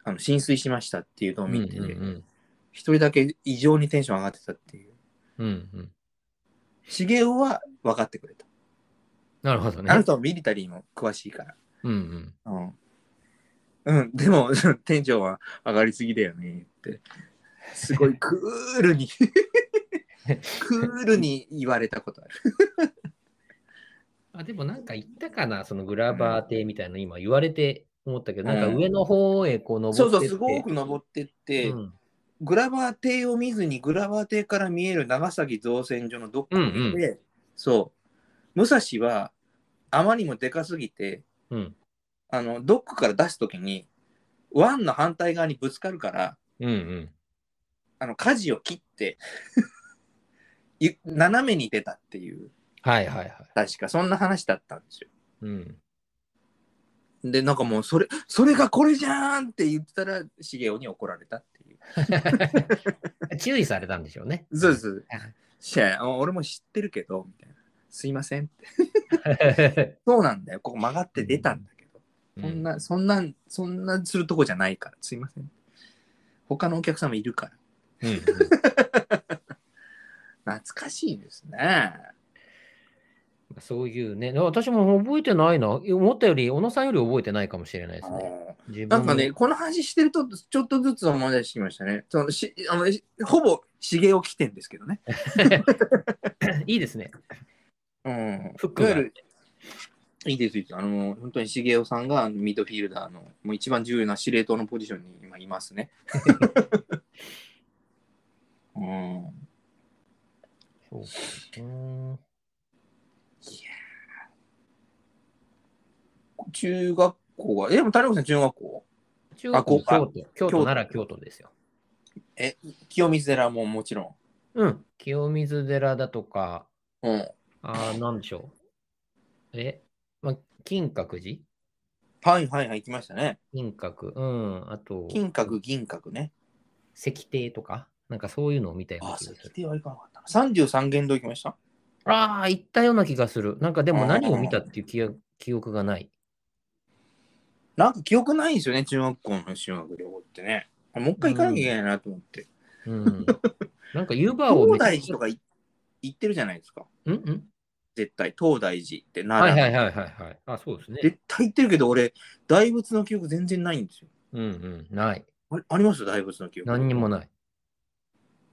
S2: あの浸水しましたっていうのを見て、
S1: うんうん
S2: 一人だけ異常にテンション上がってたっていう。
S1: うん。うんうん
S2: 茂雄は分かってくれた。
S1: なるほどね
S2: あ。の人はミリタリーも詳しいから。
S1: うんうん。
S2: うん。うん、でも、 テンションは上がりすぎだよねって。す ごいクールに、クールに言われたことある。
S1: あ、でもなんか言ったかな、そのグラバー亭みたいなの今言われて思ったけど、
S2: うん
S1: なんか上の方へこう登って
S2: そ
S1: っ
S2: う
S1: て。
S2: そう、すごく登ってって、
S1: うん
S2: グラバー邸を見ずに、グラバー邸から見える長崎造船所のどっかにいて、
S1: うん
S2: そう、武蔵はあまりにもでかすぎて、
S1: うん。
S2: あのドックから出すときに、湾の反対側にぶつかるから、
S1: うんうん。
S2: あの舵を切って、 ゆ斜めに出たっていう、
S1: はいはいはい。
S2: 確かそんな話だったんですよ。
S1: うん。
S2: で、なんかもう、それ、それがこれじゃーんって言ったら、茂雄に怒られたっていう。
S1: 注意されたんでしょうね。
S2: そうそう。シェア俺も知ってるけど、みたいな。すいませんって。 そうなんだよ。ここ曲がって出たんだけど。
S1: う
S2: こん
S1: ん
S2: な、そんな、そんなするとこじゃないから。すいません。他のお客様いるから。
S1: うんうん
S2: 懐かしいですね。
S1: そういうね、私も覚えてないな。思ったより、小野さんより覚えてないかもしれないですね。自分
S2: な
S1: の
S2: んかね、、この話してると、ちょっとずつ思い出してきましたね。そのしあのしほぼ茂雄起点ですけどね。
S1: いいですね。
S2: うん
S1: フックが
S2: いわゆるいいですいいですあの、本当に茂雄さんがあのミッドフィールダーの、もう一番重要な司令塔のポジションに今います ね。うん。
S1: そうかうん
S2: 中学校は、え、でも谷口さん中学校
S1: 中国
S2: こうか
S1: 京都、京都なら京都ですよ。
S2: 清水寺ももちろ
S1: うん。清水寺だとか、
S2: ん。うん。
S1: あーなんでしょう。え、まあ、金閣寺
S2: はいはいはい、行きましたね。
S1: 金閣、うん。あと、
S2: 金閣、銀閣ね。
S1: 石庭とか、なんかそういうのを見たよう
S2: あ
S1: な
S2: あ、
S1: 気がす
S2: 石
S1: る。
S2: 庭は行かなかったな。33元堂行きました
S1: ああ、行ったような気がする。なんかでも何
S2: あ
S1: を
S2: ー
S1: 見たっていう記憶記憶がない。
S2: なんか記憶ないんですよね、中学校の修学旅行ってね。あもう一回行かなきゃいけないなと思って。
S1: うん。なんか湯
S2: 東
S1: 葉をめちゃ
S2: 大
S1: くち
S2: 寺
S1: ゃ
S2: とかい行ってるじゃないですか。
S1: うんうん
S2: 絶対、東大寺って奈
S1: はい
S2: 良、
S1: はいはいはいはい。あ、そうですね。
S2: 絶対行ってるけど、俺、大仏の記憶全然ないんですよ。
S1: うんうん。ない。
S2: あれあります大仏の記憶。
S1: 何にもない。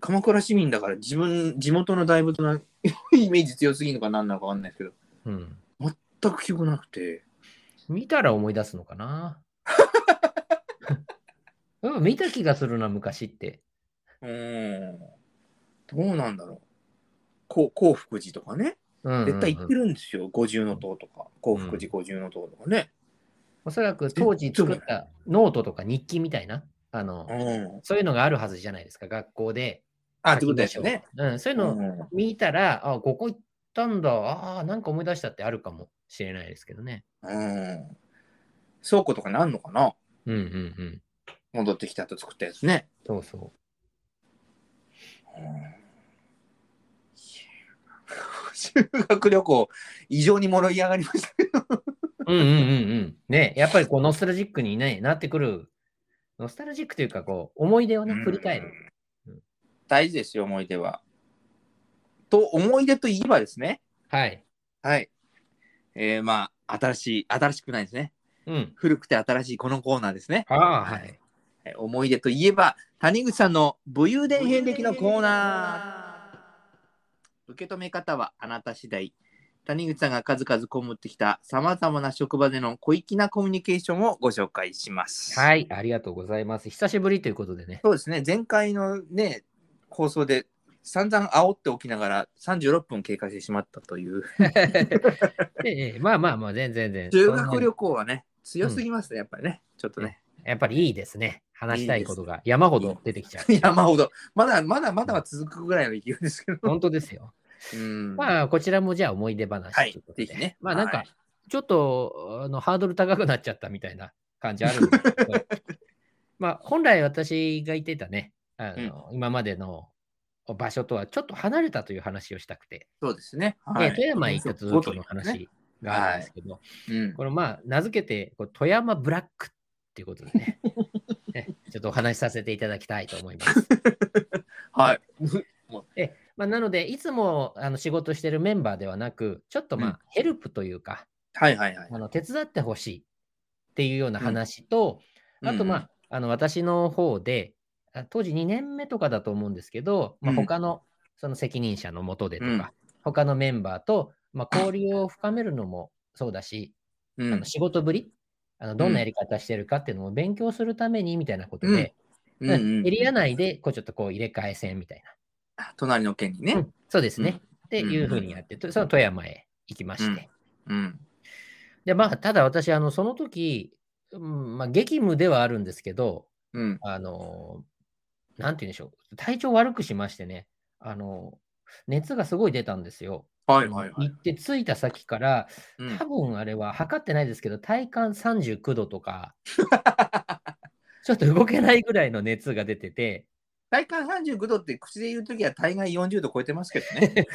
S2: 鎌倉市民だから、自分、地元の大仏の イメージ強すぎるのか何なのかわかんないですけど、
S1: うん。
S2: 全く記憶なくて。
S1: 見たら思い出すのか な。うん、見た気がするな、昔って。
S2: うーん。どうなんだろう。こう幸福寺とかね、
S1: うんうんうん
S2: 絶対行ってるんですよ。五重の塔とか、幸福寺五重の塔とかね。
S1: おそらく当時作ったノートとか日記みたいな、あの、
S2: うん。
S1: そういうのがあるはずじゃないですか、学校で。
S2: あ、ってことですよね。
S1: うん、そういう
S2: う
S1: の
S2: ん。
S1: 見たら、あ、ここ行ったんだ、ああ、なんか思い出したってあるかもしれないですけどね。
S2: うん。倉庫とかなんのかな
S1: うんうんうん。
S2: 戻ってきた後作ったやつね。
S1: そうそう。
S2: 修学旅行、異常に盛り上がりました。
S1: うんうんうんうん。ね、やっぱりこうノスタルジックに、ね、なってくる、ノスタルジックというか、こう、思い出をね、振り返る。
S2: うん。 大事ですよ、思い出は。と、思い出といえばですね。
S1: はい。
S2: はい。えー、まあ、新しい、新しくないですね。
S1: うん。
S2: 古くて新しいこのコーナーですね。
S1: ああ、はい。
S2: えー思い出といえば、谷口さんの武勇伝遍歴のコーナー。受け止め方はあなた次第。谷口さんが数々こむってきたさまざまな職場での小粋なコミュニケーションをご紹介します。い。
S1: はい、ありがとうございます。久しぶりということでね。
S2: そうですね、前回のね、放送で散々煽っておきながら36分経過してしまったという。
S1: ええまあまあまあ、全然全然。
S2: 修学旅
S1: 行。
S2: 行はね、強すぎますね、やっぱりね。ちょっとね。
S1: やっぱりいいですね。話した
S2: いい
S1: い
S2: です
S1: ことが山ほど出てきちゃう。
S2: 山ほど。まだまだまだは続くぐらいの勢いですけど。
S1: 本当ですよ。
S2: うん
S1: まあ、こちらもじゃあ思い出話
S2: はい
S1: ということで。
S2: ぜひね
S1: まあなんか、
S2: はい
S1: ちょっとあのハードル高くなっちゃったみたいな感じあ るんですけど、まあ本来私が言ってたね、あの今までの場所とはちょっと離れたという話をしたくて、
S2: そうですね。
S1: で富山へ行った続きの話があるんですけど、
S2: うん。
S1: これまあ名付けてこう富山ブラックっていうことで ねねちょっとお話しさせていただきたいと思います。
S2: はい。
S1: まあ、なので、いつもあの仕事してるメンバーではなく、ちょっとま
S2: うん
S1: あ、ヘルプというか、
S2: はいはいはい。
S1: あの手伝ってほしいっていうような話と、あと、まあ、あの私の方で、あ当時2年目とかだと思うんですけど、ま
S2: う
S1: あ、
S2: ん
S1: 他のその責任者のもとでとか、
S2: うん
S1: 他のメンバーと、まあ、交流を深めるのもそうだし、
S2: うん
S1: あの仕事ぶりあのどんなやり方してるかっていうのも勉強するためにみたいなことで、
S2: うんうん
S1: エリア内でこうちょっとこう入れ替え戦みたい
S2: あ隣の県に
S1: な、う
S2: ね。
S1: んそうですね、って
S2: うん
S1: いうふうにやって、とその富山へ行きまして、
S2: うん。
S1: でまあ、ただ私あのその時、うんまあ、激務ではあるんですけど
S2: うん。
S1: あのなんて言うんでしょう体調悪くしましてねあの熱がすごい出たんですよ。
S2: はいはいはい。
S1: 行って着いた先から、
S2: うん
S1: 多分あれは測ってないですけど、体感39度とか、 ちょっと動けないぐらいの熱が出て て、
S2: 体感39度って口で言うときは大概40度超えてますけど ね。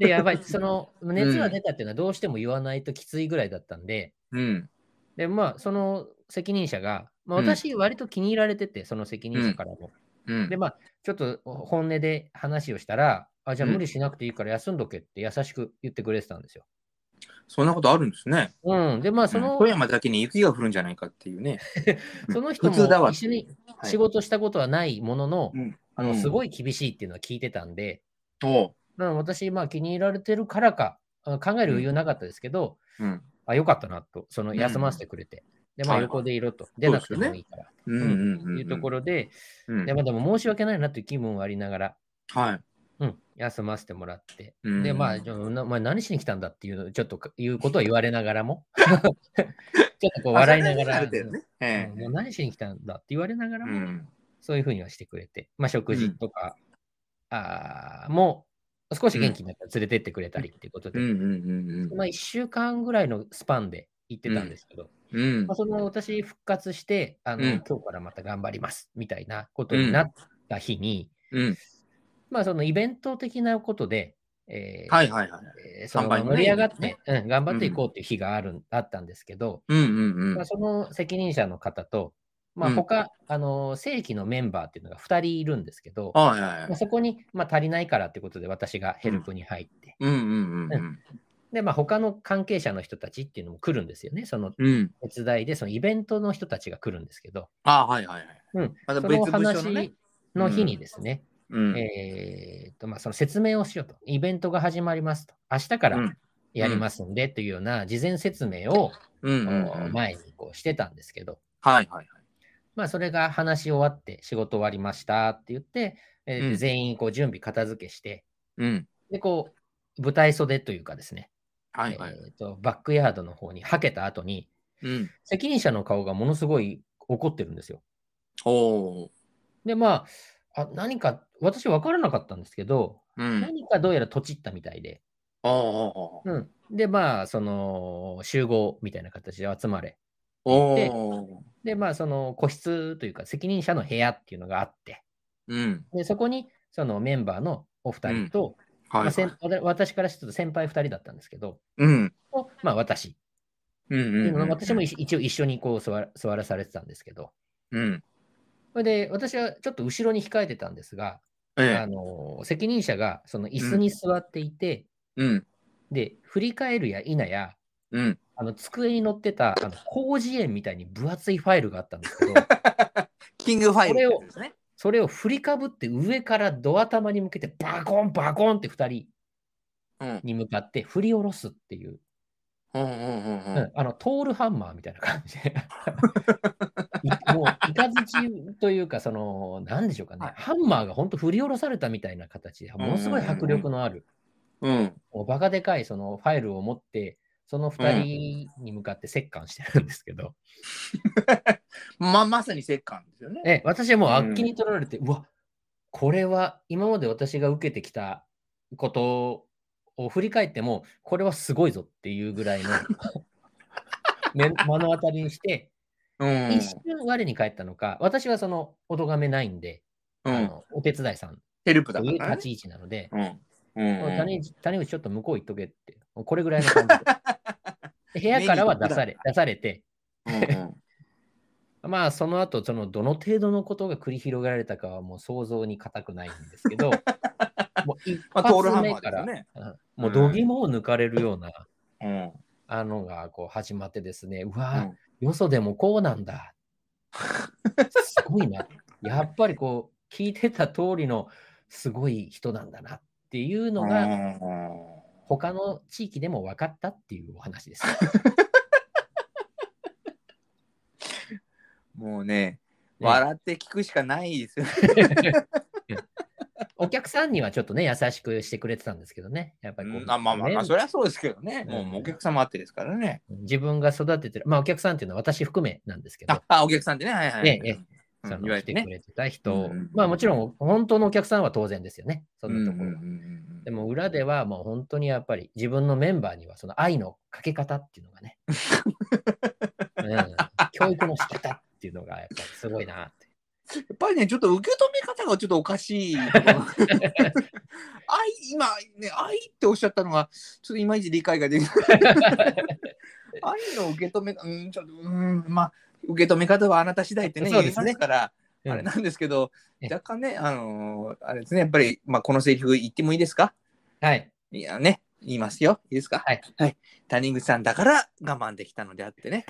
S1: で、やばい、その熱が出たっていうのはどうしても言わないときついぐらいだったんで、
S2: うん。
S1: で、まあ、その責任者が、まあ、
S2: うん
S1: 私、割と気に入られてて、その責任者からも。
S2: うん
S1: で、。まあ、ちょっと本音で話をしたら、あ、じゃあ
S2: うん
S1: 無理しなくていいから休んどけって優しく言ってくれてたんですよ。
S2: そんなことあるんですね。
S1: うん。で、まあ、
S2: う
S1: そ
S2: ん
S1: の、
S2: 富山だけに雪が降るんじゃないかっていうね。
S1: その人
S2: 普通だ
S1: も
S2: わ
S1: 一緒に
S2: はい
S1: 仕事したことはないものの、
S2: うん
S1: あのすごい厳しいっていうのは聞いてたんで、
S2: おう
S1: なので私、まあ気に入られてるからか、あの考える余裕なかったですけど、
S2: うん。
S1: あ、よかったなと、その
S2: うん
S1: 休ませてくれて、で、まあ
S2: はい
S1: 横でいろと、
S2: で
S1: 出
S2: すよね
S1: なくてもいいから、
S2: うん
S1: ん
S2: うん
S1: と
S2: うん。
S1: いうところで、
S2: うん。
S1: でまあでも申し訳ないなという気分はありながら、
S2: はい。
S1: うん、休ませてもらって、
S2: うん
S1: で、まあ、じゃあなお前何しに来たんだっていうの、ちょっとかいうことを言われながら も、ちょっとこう笑いながら、
S2: ある程度ね。え
S1: うんもう何しに来たんだって言われなが
S2: え
S1: ら
S2: う
S1: も、
S2: ん。
S1: そういうふうにはしてくれて、まあ、食事とか、あーもう少し元気になったら連れてってくれたりっていうこと
S2: う
S1: で、
S2: んうんうん
S1: まあ、1週間ぐらいのスパンで行ってたんですけど、
S2: うん。
S1: まあ、その私復活してあの、
S2: うん
S1: 今日からまた頑張りますみたいなことになった日に、
S2: うん。
S1: まあ、そのイベント的なことで、えー
S2: はいはいはい。
S1: えーその
S2: 販売もね
S1: 盛り上がって、
S2: ね
S1: うん、頑張っていこうっていう日がある、あったんですけど、
S2: うんうんう
S1: ま
S2: ん
S1: あ、。その責任者の方と、まあ、
S2: うん
S1: 他、あの正規のメンバーっていうのが2人いるんですけど、
S2: はいはいは
S1: まあ
S2: い。
S1: そこに、まあ、足りないからってことで私がヘルプに入って、
S2: うんうんうんうん。
S1: で、まあ、他の関係者の人たちっていうのも来るんですよね。その
S2: うん。
S1: 手伝いで、そのイベントの人たちが来るんですけど、
S2: あはいはいはい。
S1: うん、
S2: ま
S1: そ
S2: た
S1: のお
S2: 別部署のね
S1: 話。の日にですね、
S2: うん。
S1: えーっと、まあ、その説明をしようと。イベントが始まりますと。明日か
S2: う
S1: ら
S2: ん
S1: やりますんで、というような事前説明を、
S2: うんうん
S1: こうん
S2: う。はい
S1: 前にこうしてたんですけど、
S2: はいはい。
S1: まあ、それが話し終わって、仕事終わりましたって言って、えー
S2: うん
S1: 全員こう準備片付けして、
S2: うん。
S1: で、こう、舞台袖というかですね、
S2: はいはい。
S1: えーとバックヤードの方にはけた後に、
S2: うん。
S1: 責任者の顔がものすごい怒ってるんですよ。
S2: おー。
S1: で、まあ、あ何か、私分からなかったんですけど、
S2: うん。
S1: 何かどうやらとちったみたいで、
S2: おーおー
S1: うんで、まあ、その、集合みたいな形で集まれ、
S2: お
S1: で
S2: ーおー。
S1: で、まあ、その個室というか、責任者の部屋っていうのがあって、
S2: うん。
S1: でそこに、そのメンバーのお二人と、
S2: はい
S1: まあ
S2: はい。
S1: 先わた私からすると先輩二人だったんですけど、
S2: うん。
S1: とまあ、私、
S2: うんうんうんうん。
S1: 私も一一応一緒にこう座ら座らされてたんですけど、
S2: うん。
S1: それで、私はちょっと後ろに控えてたんですが、あ
S2: ええ。
S1: の責任者がその椅子に座っていて、
S2: うん。
S1: で、振り返るや否や、
S2: うん。
S1: あの机に乗ってたあの広辞苑みたいに分厚いファイルがあったんです けど、
S2: キングファイルってやつですね。
S1: それを振りかぶって上からド頭に向けてバコンバコンって2人
S2: うん。
S1: に向かって振り下ろすっていう、
S2: うんうんうんう。
S1: うんんあのトールハンマーみたいな感じで、 いもういかずちというか、その、なんでしょうかね、
S2: はい
S1: ハンマーが本当振り下ろされたみたいな形で、ものすごい迫力のある。
S2: うん。
S1: もうバカでかいそのファイルを持って、その2人に向かって折檻してるんですけど、
S2: ま、まさに折檻ですよね。
S1: え私はもうあ
S2: うん
S1: っきに取られて、うわこれは今まで私が受けてきたことを振り返っても、これはすごいぞっていうぐら いの目目の当たりにして、
S2: うん
S1: 一瞬我に返ったのか、私はそのお咎めないんで、
S2: う
S1: あ
S2: ん。
S1: のお手伝いさん
S2: ヘルプ
S1: と
S2: だか
S1: いう
S2: ら
S1: 立
S2: ね。
S1: ち位置なので、
S2: うん。うんうん。
S1: 谷口谷口ちょっと向こう行っとけって、これぐらいの感じ で。で部屋からは出され出されて、
S2: うん
S1: まあその後そのどの程度のことが繰り広げられたかはもう想像に難くないんですけ ど、もう一
S2: まあトー
S1: 発
S2: ルハンマ
S1: 目
S2: ー
S1: か
S2: です
S1: ら、
S2: よね
S1: うんもう度肝を抜かれるような、
S2: うん。うん。
S1: あのがこう始まってですね、う
S2: う
S1: わー、
S2: ん
S1: よそでもこうなん だ。すごいな。やっぱりこう聞いてた通りのすごい人なんだなっていうのが、他の地域でも分かったっていうお話 です。
S2: もうね、笑って聞くしかないですよ。
S1: お客さんにはちょっとね、優しくしてくれてたんですけどね。やっぱりこう、
S2: うんあまあまあまあ、そりゃそうですけどね。もうもうお客様あってですからね。
S1: 自分が育ててる、まあお客さんっていうのは私含めなんですけど
S2: あ、、あお客さんでね、はいはい。
S1: ねえ
S2: うん
S1: そ
S2: いわ
S1: の
S2: ゆ
S1: 来て
S2: る
S1: く
S2: ね。
S1: れてた人、
S2: うん
S1: まあもちろん本当のお客さんは当然ですよね、そんなところは。
S2: うんうんうん
S1: でも裏ではもう本当にやっぱり自分のメンバーにはその愛のかけ方っていうのがね、うん、教育の仕方っていうのがやっぱりすごいなって。
S2: やっぱりね、ちょっと受け止め方がちょっとおかしいところ。 愛、今、ね、愛っておっしゃったのが、ちょっといまいち理解 ができない。愛の受け止め、うん、ちょっと、うん、まあ、受け止め方はあなた次第ってね、
S1: そう
S2: 言
S1: で
S2: い
S1: す
S2: ま
S1: ね
S2: すから、
S1: うん
S2: あれなんですけど、
S1: ええ
S2: 若干ね、あのーあれですね、やっぱり、まあ、このセリフ言ってもいいですか
S1: はい。
S2: いやね、言いますよ。いいですか
S1: はい。
S2: はい。谷口さんだから我慢できたので あってね、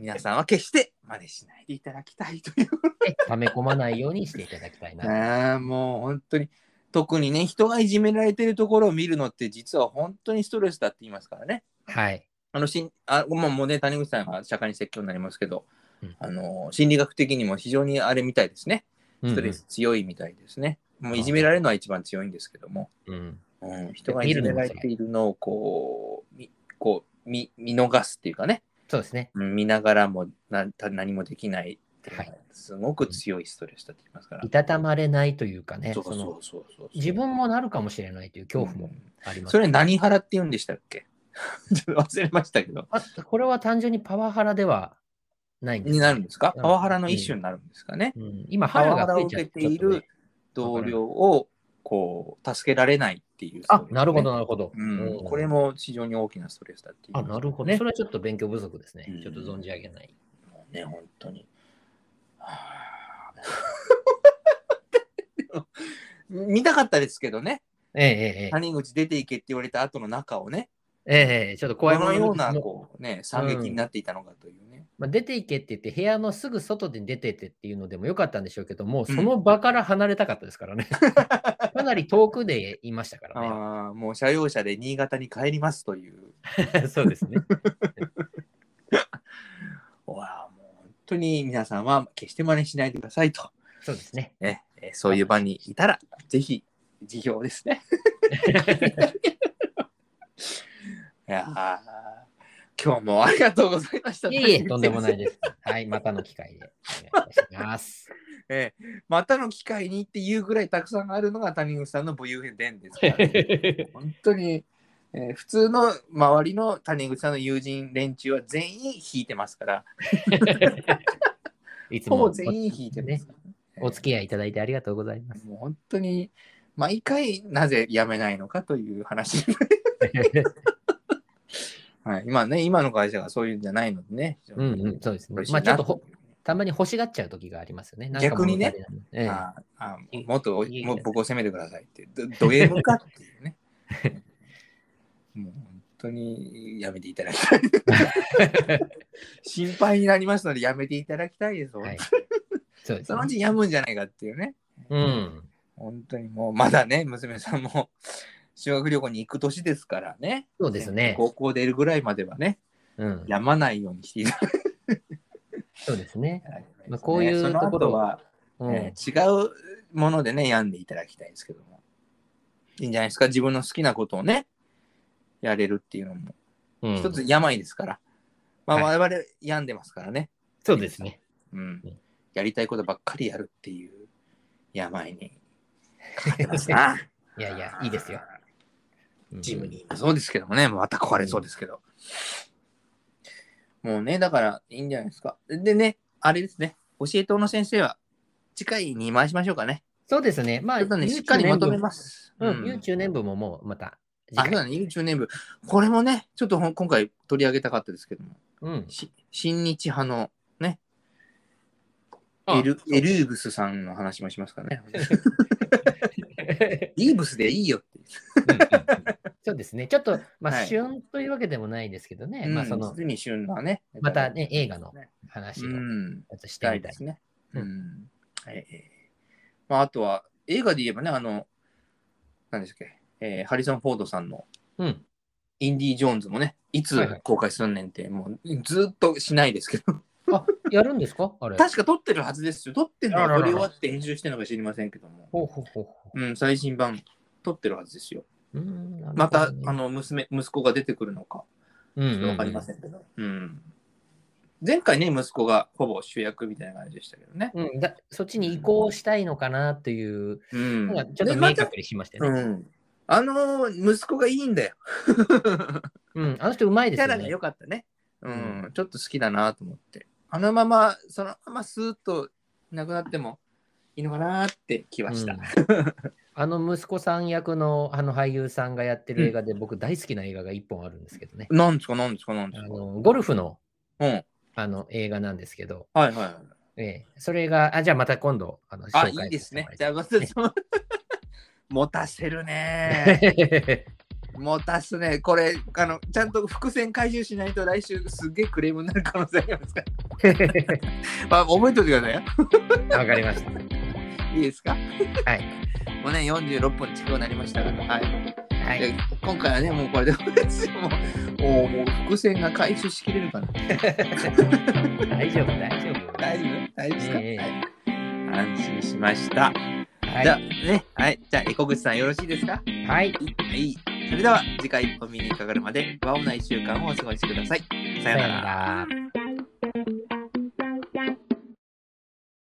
S2: 皆さんは決して真似しないでいただきたいという
S1: で溜め込まないようにしていただきたいな。
S2: ねえもう本当に特にね人がいじめられてるところを見るのって実は本当にストレスだって言いますからね
S1: はい。
S2: あのしんあもうもうね谷口さんが社会に説教になりますけど、
S1: うん
S2: あの心理学的にも非常にあれみたいですねストレス強いみたいですね、もういじめられるのは一番強いんですけども、
S1: うんうん。
S2: うん、人がいじめられているのをこうみこう見見逃すっていうかね、
S1: そうですね。
S2: うん見ながらもなた何もできないっていうのは
S1: は
S2: すごく強いストレスだって言いますから、
S1: いたたまれないというかね、
S2: そうそう
S1: そ
S2: そ
S1: の
S2: うそうそう
S1: 自分もなるかもしれないという恐怖もあります。
S2: それ何ハラって言うんでしたっけ ちょっと忘れましたけど。
S1: あこれは単純にパワハラではないんです
S2: になるんですか
S1: うん
S2: パワハラの一種になるんですかね。
S1: うん、今、
S2: パ
S1: 腹
S2: ワ
S1: が
S2: ハラ
S1: 増え
S2: を
S1: ち
S2: 受
S1: ゃっ
S2: け
S1: て
S2: ている同僚をこう助けられないっていう、
S1: あ、なるほど、
S2: ね。
S1: なるほど。
S2: うん、これ
S1: も。
S2: も非常に大きなストレスだっていう、
S1: あ、なるほど。
S2: ね
S1: そ。れはちょっと勉強不足ですね
S2: うん。
S1: ちょっと存じ上げない。
S2: もうね、本当に。はぁ 見たかったですけどね、
S1: ええええ
S2: 谷口出ていけって言われた後の中をね、
S1: ええええちょっと
S2: こ
S1: 怖いも
S2: のよう
S1: の
S2: な
S1: の
S2: こう、ね、惨劇になっていたのかというね。
S1: まあ、出ていけって言って、部屋のすぐ外で出てってっていうのでもよかったんでしょうけど、もうその場から離れたかったですから ね。かなり遠くでいましたから
S2: ああ、もう車用車で新潟に帰りますという。
S1: ね。 そうですね。
S2: わあ、もう本当に皆さんは決して真似しないでくださいと。
S1: そうですね。
S2: ね、えーそういう場にいたら、ぜひ、事業です ね。いやあ今日もありがとうございました。
S1: いえいえ、とんでもないです。はい、またの機会でお願いいたし ます。
S2: えーまたの機会にっていうぐらいたくさんあるのが谷口さんの武勇伝ですから、ね。 本当に、えー普通の周りの谷口さんの友人連中は全員引いてますから、
S1: いつ
S2: ほ
S1: もお
S2: ぼ全員引いてますから、
S1: お付き合いいただいてありがとうござい ます。
S2: もう本当に毎回なぜ辞めないのかという話、はい、今ね今の会社がそういうんじゃないのでね
S1: うんうん、そうですね
S2: 嬉。しい
S1: ま
S2: な
S1: あちょっとほたまに欲しがっちゃう時がありますよね。なんか
S2: 逆にね
S1: 物足りない。ええ
S2: ああもっとお
S1: いい
S2: もう僕を責めてくださいってどド M かっていうね もう本当にやめていただき たい心配になりますのでやめていただきたいです、
S1: はい
S2: 本当に、
S1: そうです
S2: そのう
S1: ね。
S2: ちやむんじゃないかっていうね
S1: うん。
S2: 本当にもうまだね娘さんも 修学旅行に行く年ですからね
S1: そうですね
S2: 高校出るぐらいまではね
S1: うん、
S2: やまないようにしていただき
S1: そうですね。
S2: たいですね、
S1: まあこういう
S2: その
S1: ところ
S2: 後は、
S1: うん
S2: えー違うものでね、病んでいただきたいですけども。いいんじゃないですか、自分の好きなことをね、やれるっていうのも、
S1: うん
S2: 一つ病ですから。まあ、
S1: は
S2: 我々病んでますからね、
S1: そうですね。
S2: うん
S1: うん。
S2: やりたいことばっかりやるっていう病にかかってますな。
S1: いやいや、いいですよ。うん
S2: ジムに。そうですけどもね、また壊れそうですけど。もうね、だからいいんじゃないですか。でね、あれですね、教え党の先生は次回に回しましょうかね。
S1: そうですね。まあ、
S2: ちょっとね、
S1: 有
S2: しっかりまと
S1: 中
S2: め
S1: 年部
S2: ます。
S1: うん、有中年部ももうまた次
S2: あ、
S1: 回。
S2: そうだね、YouTube 年部。これもね、ちょっとほん今回取り上げたかったですけども、
S1: うん。
S2: し新日派のね、
S1: あ
S2: エ ルエルーブスさんの話もしますからね。リーブスでいいよって。
S1: そうですね。ちょっと、ま
S2: は
S1: あ、
S2: い
S1: 旬というわけでもないですけどね。まあ、その
S2: うん、、堤俊がね。
S1: またね映画の話
S2: う
S1: を
S2: ん。
S1: まずし
S2: してたい
S1: みた
S2: で
S1: い
S2: す。ね。
S1: う
S2: うんん。ええまあ、あとは、映画で言えばね、あの、何ですっけ、えーハリソン・フォードさんの
S1: うん。
S2: インディ・ジョーンズもね、いつ
S1: はいはい
S2: 公開すんねんって、もうずっとしないですけど、
S1: あ、やるんですかあれ。
S2: 確か撮ってるはずですよ。撮ってんの
S1: あら
S2: は
S1: ら
S2: 撮
S1: ら
S2: り終わって編集してるのか知りませんけども。
S1: ほうほうほうほ
S2: うん、最新版撮ってるはずですよ。
S1: う。うーんなるほどね
S2: また、あ、の、娘、息子が出てくるのか、
S1: うん
S2: ちょっとわかりませんけど。うん。前回ね、息子がほぼ主役みたいな感じでしたけどね。
S1: うん。うんだそっちに移行したいのかなという、
S2: うん。
S1: なんかちょっ
S2: で
S1: と
S2: ま
S1: 明
S2: た
S1: 確にしましたよ
S2: う
S1: ね。
S2: ん。あのー息子がいいんだよ。
S1: うん、あの人うまいで
S2: キ
S1: す
S2: ャ
S1: よ
S2: ラが
S1: ね。
S2: 良かったね。う、
S1: うん
S2: ちょっと好きだなと思って。あのまま、そのままスーッとなくなってもいいのかなって気はした。
S1: うんあの息子さん役のあの俳優さんがやってる映画で、僕大好きな映画が一本あるんですけどね。
S2: なんですか、なんですか、なんで
S1: あ
S2: すか。
S1: のゴルフの
S2: うん。はい
S1: あの映画なんですけど、
S2: はいはい。
S1: ええ、それが、あじゃあまた今度、あの紹
S2: あ、
S1: 介
S2: い いですね。
S1: させ
S2: じ
S1: て
S2: ゃあ、
S1: もら
S2: ま
S1: い
S2: ずその 持たせる
S1: た
S2: ね。
S1: い
S2: 持たすね。これ、あの、ちゃんと伏線回収しないと来週すっげえクレームになる可能性あります から。まあ、覚えておいてくださいよ。
S1: わかりました。
S2: いいですか
S1: はい。
S2: もうね、46分近くなりましたから。はい。
S1: はい
S2: で。今回はね、もうこれで終わりですよ。もう、もうもう伏線が回収しきれるかな。
S1: 大丈夫、大丈夫。
S2: 大丈夫大丈夫ですか、
S1: ええ
S2: はい、安心しました。
S1: は
S2: じゃあ
S1: い。
S2: ね、はい。じゃあ、江口さんよろしいですか
S1: はい。
S2: はい。それでは、次回お見にかかるまで、和音な1週間をお過ごしください。さ
S1: さ
S2: よ
S1: よ
S2: うな
S1: な
S2: ら。
S1: ら。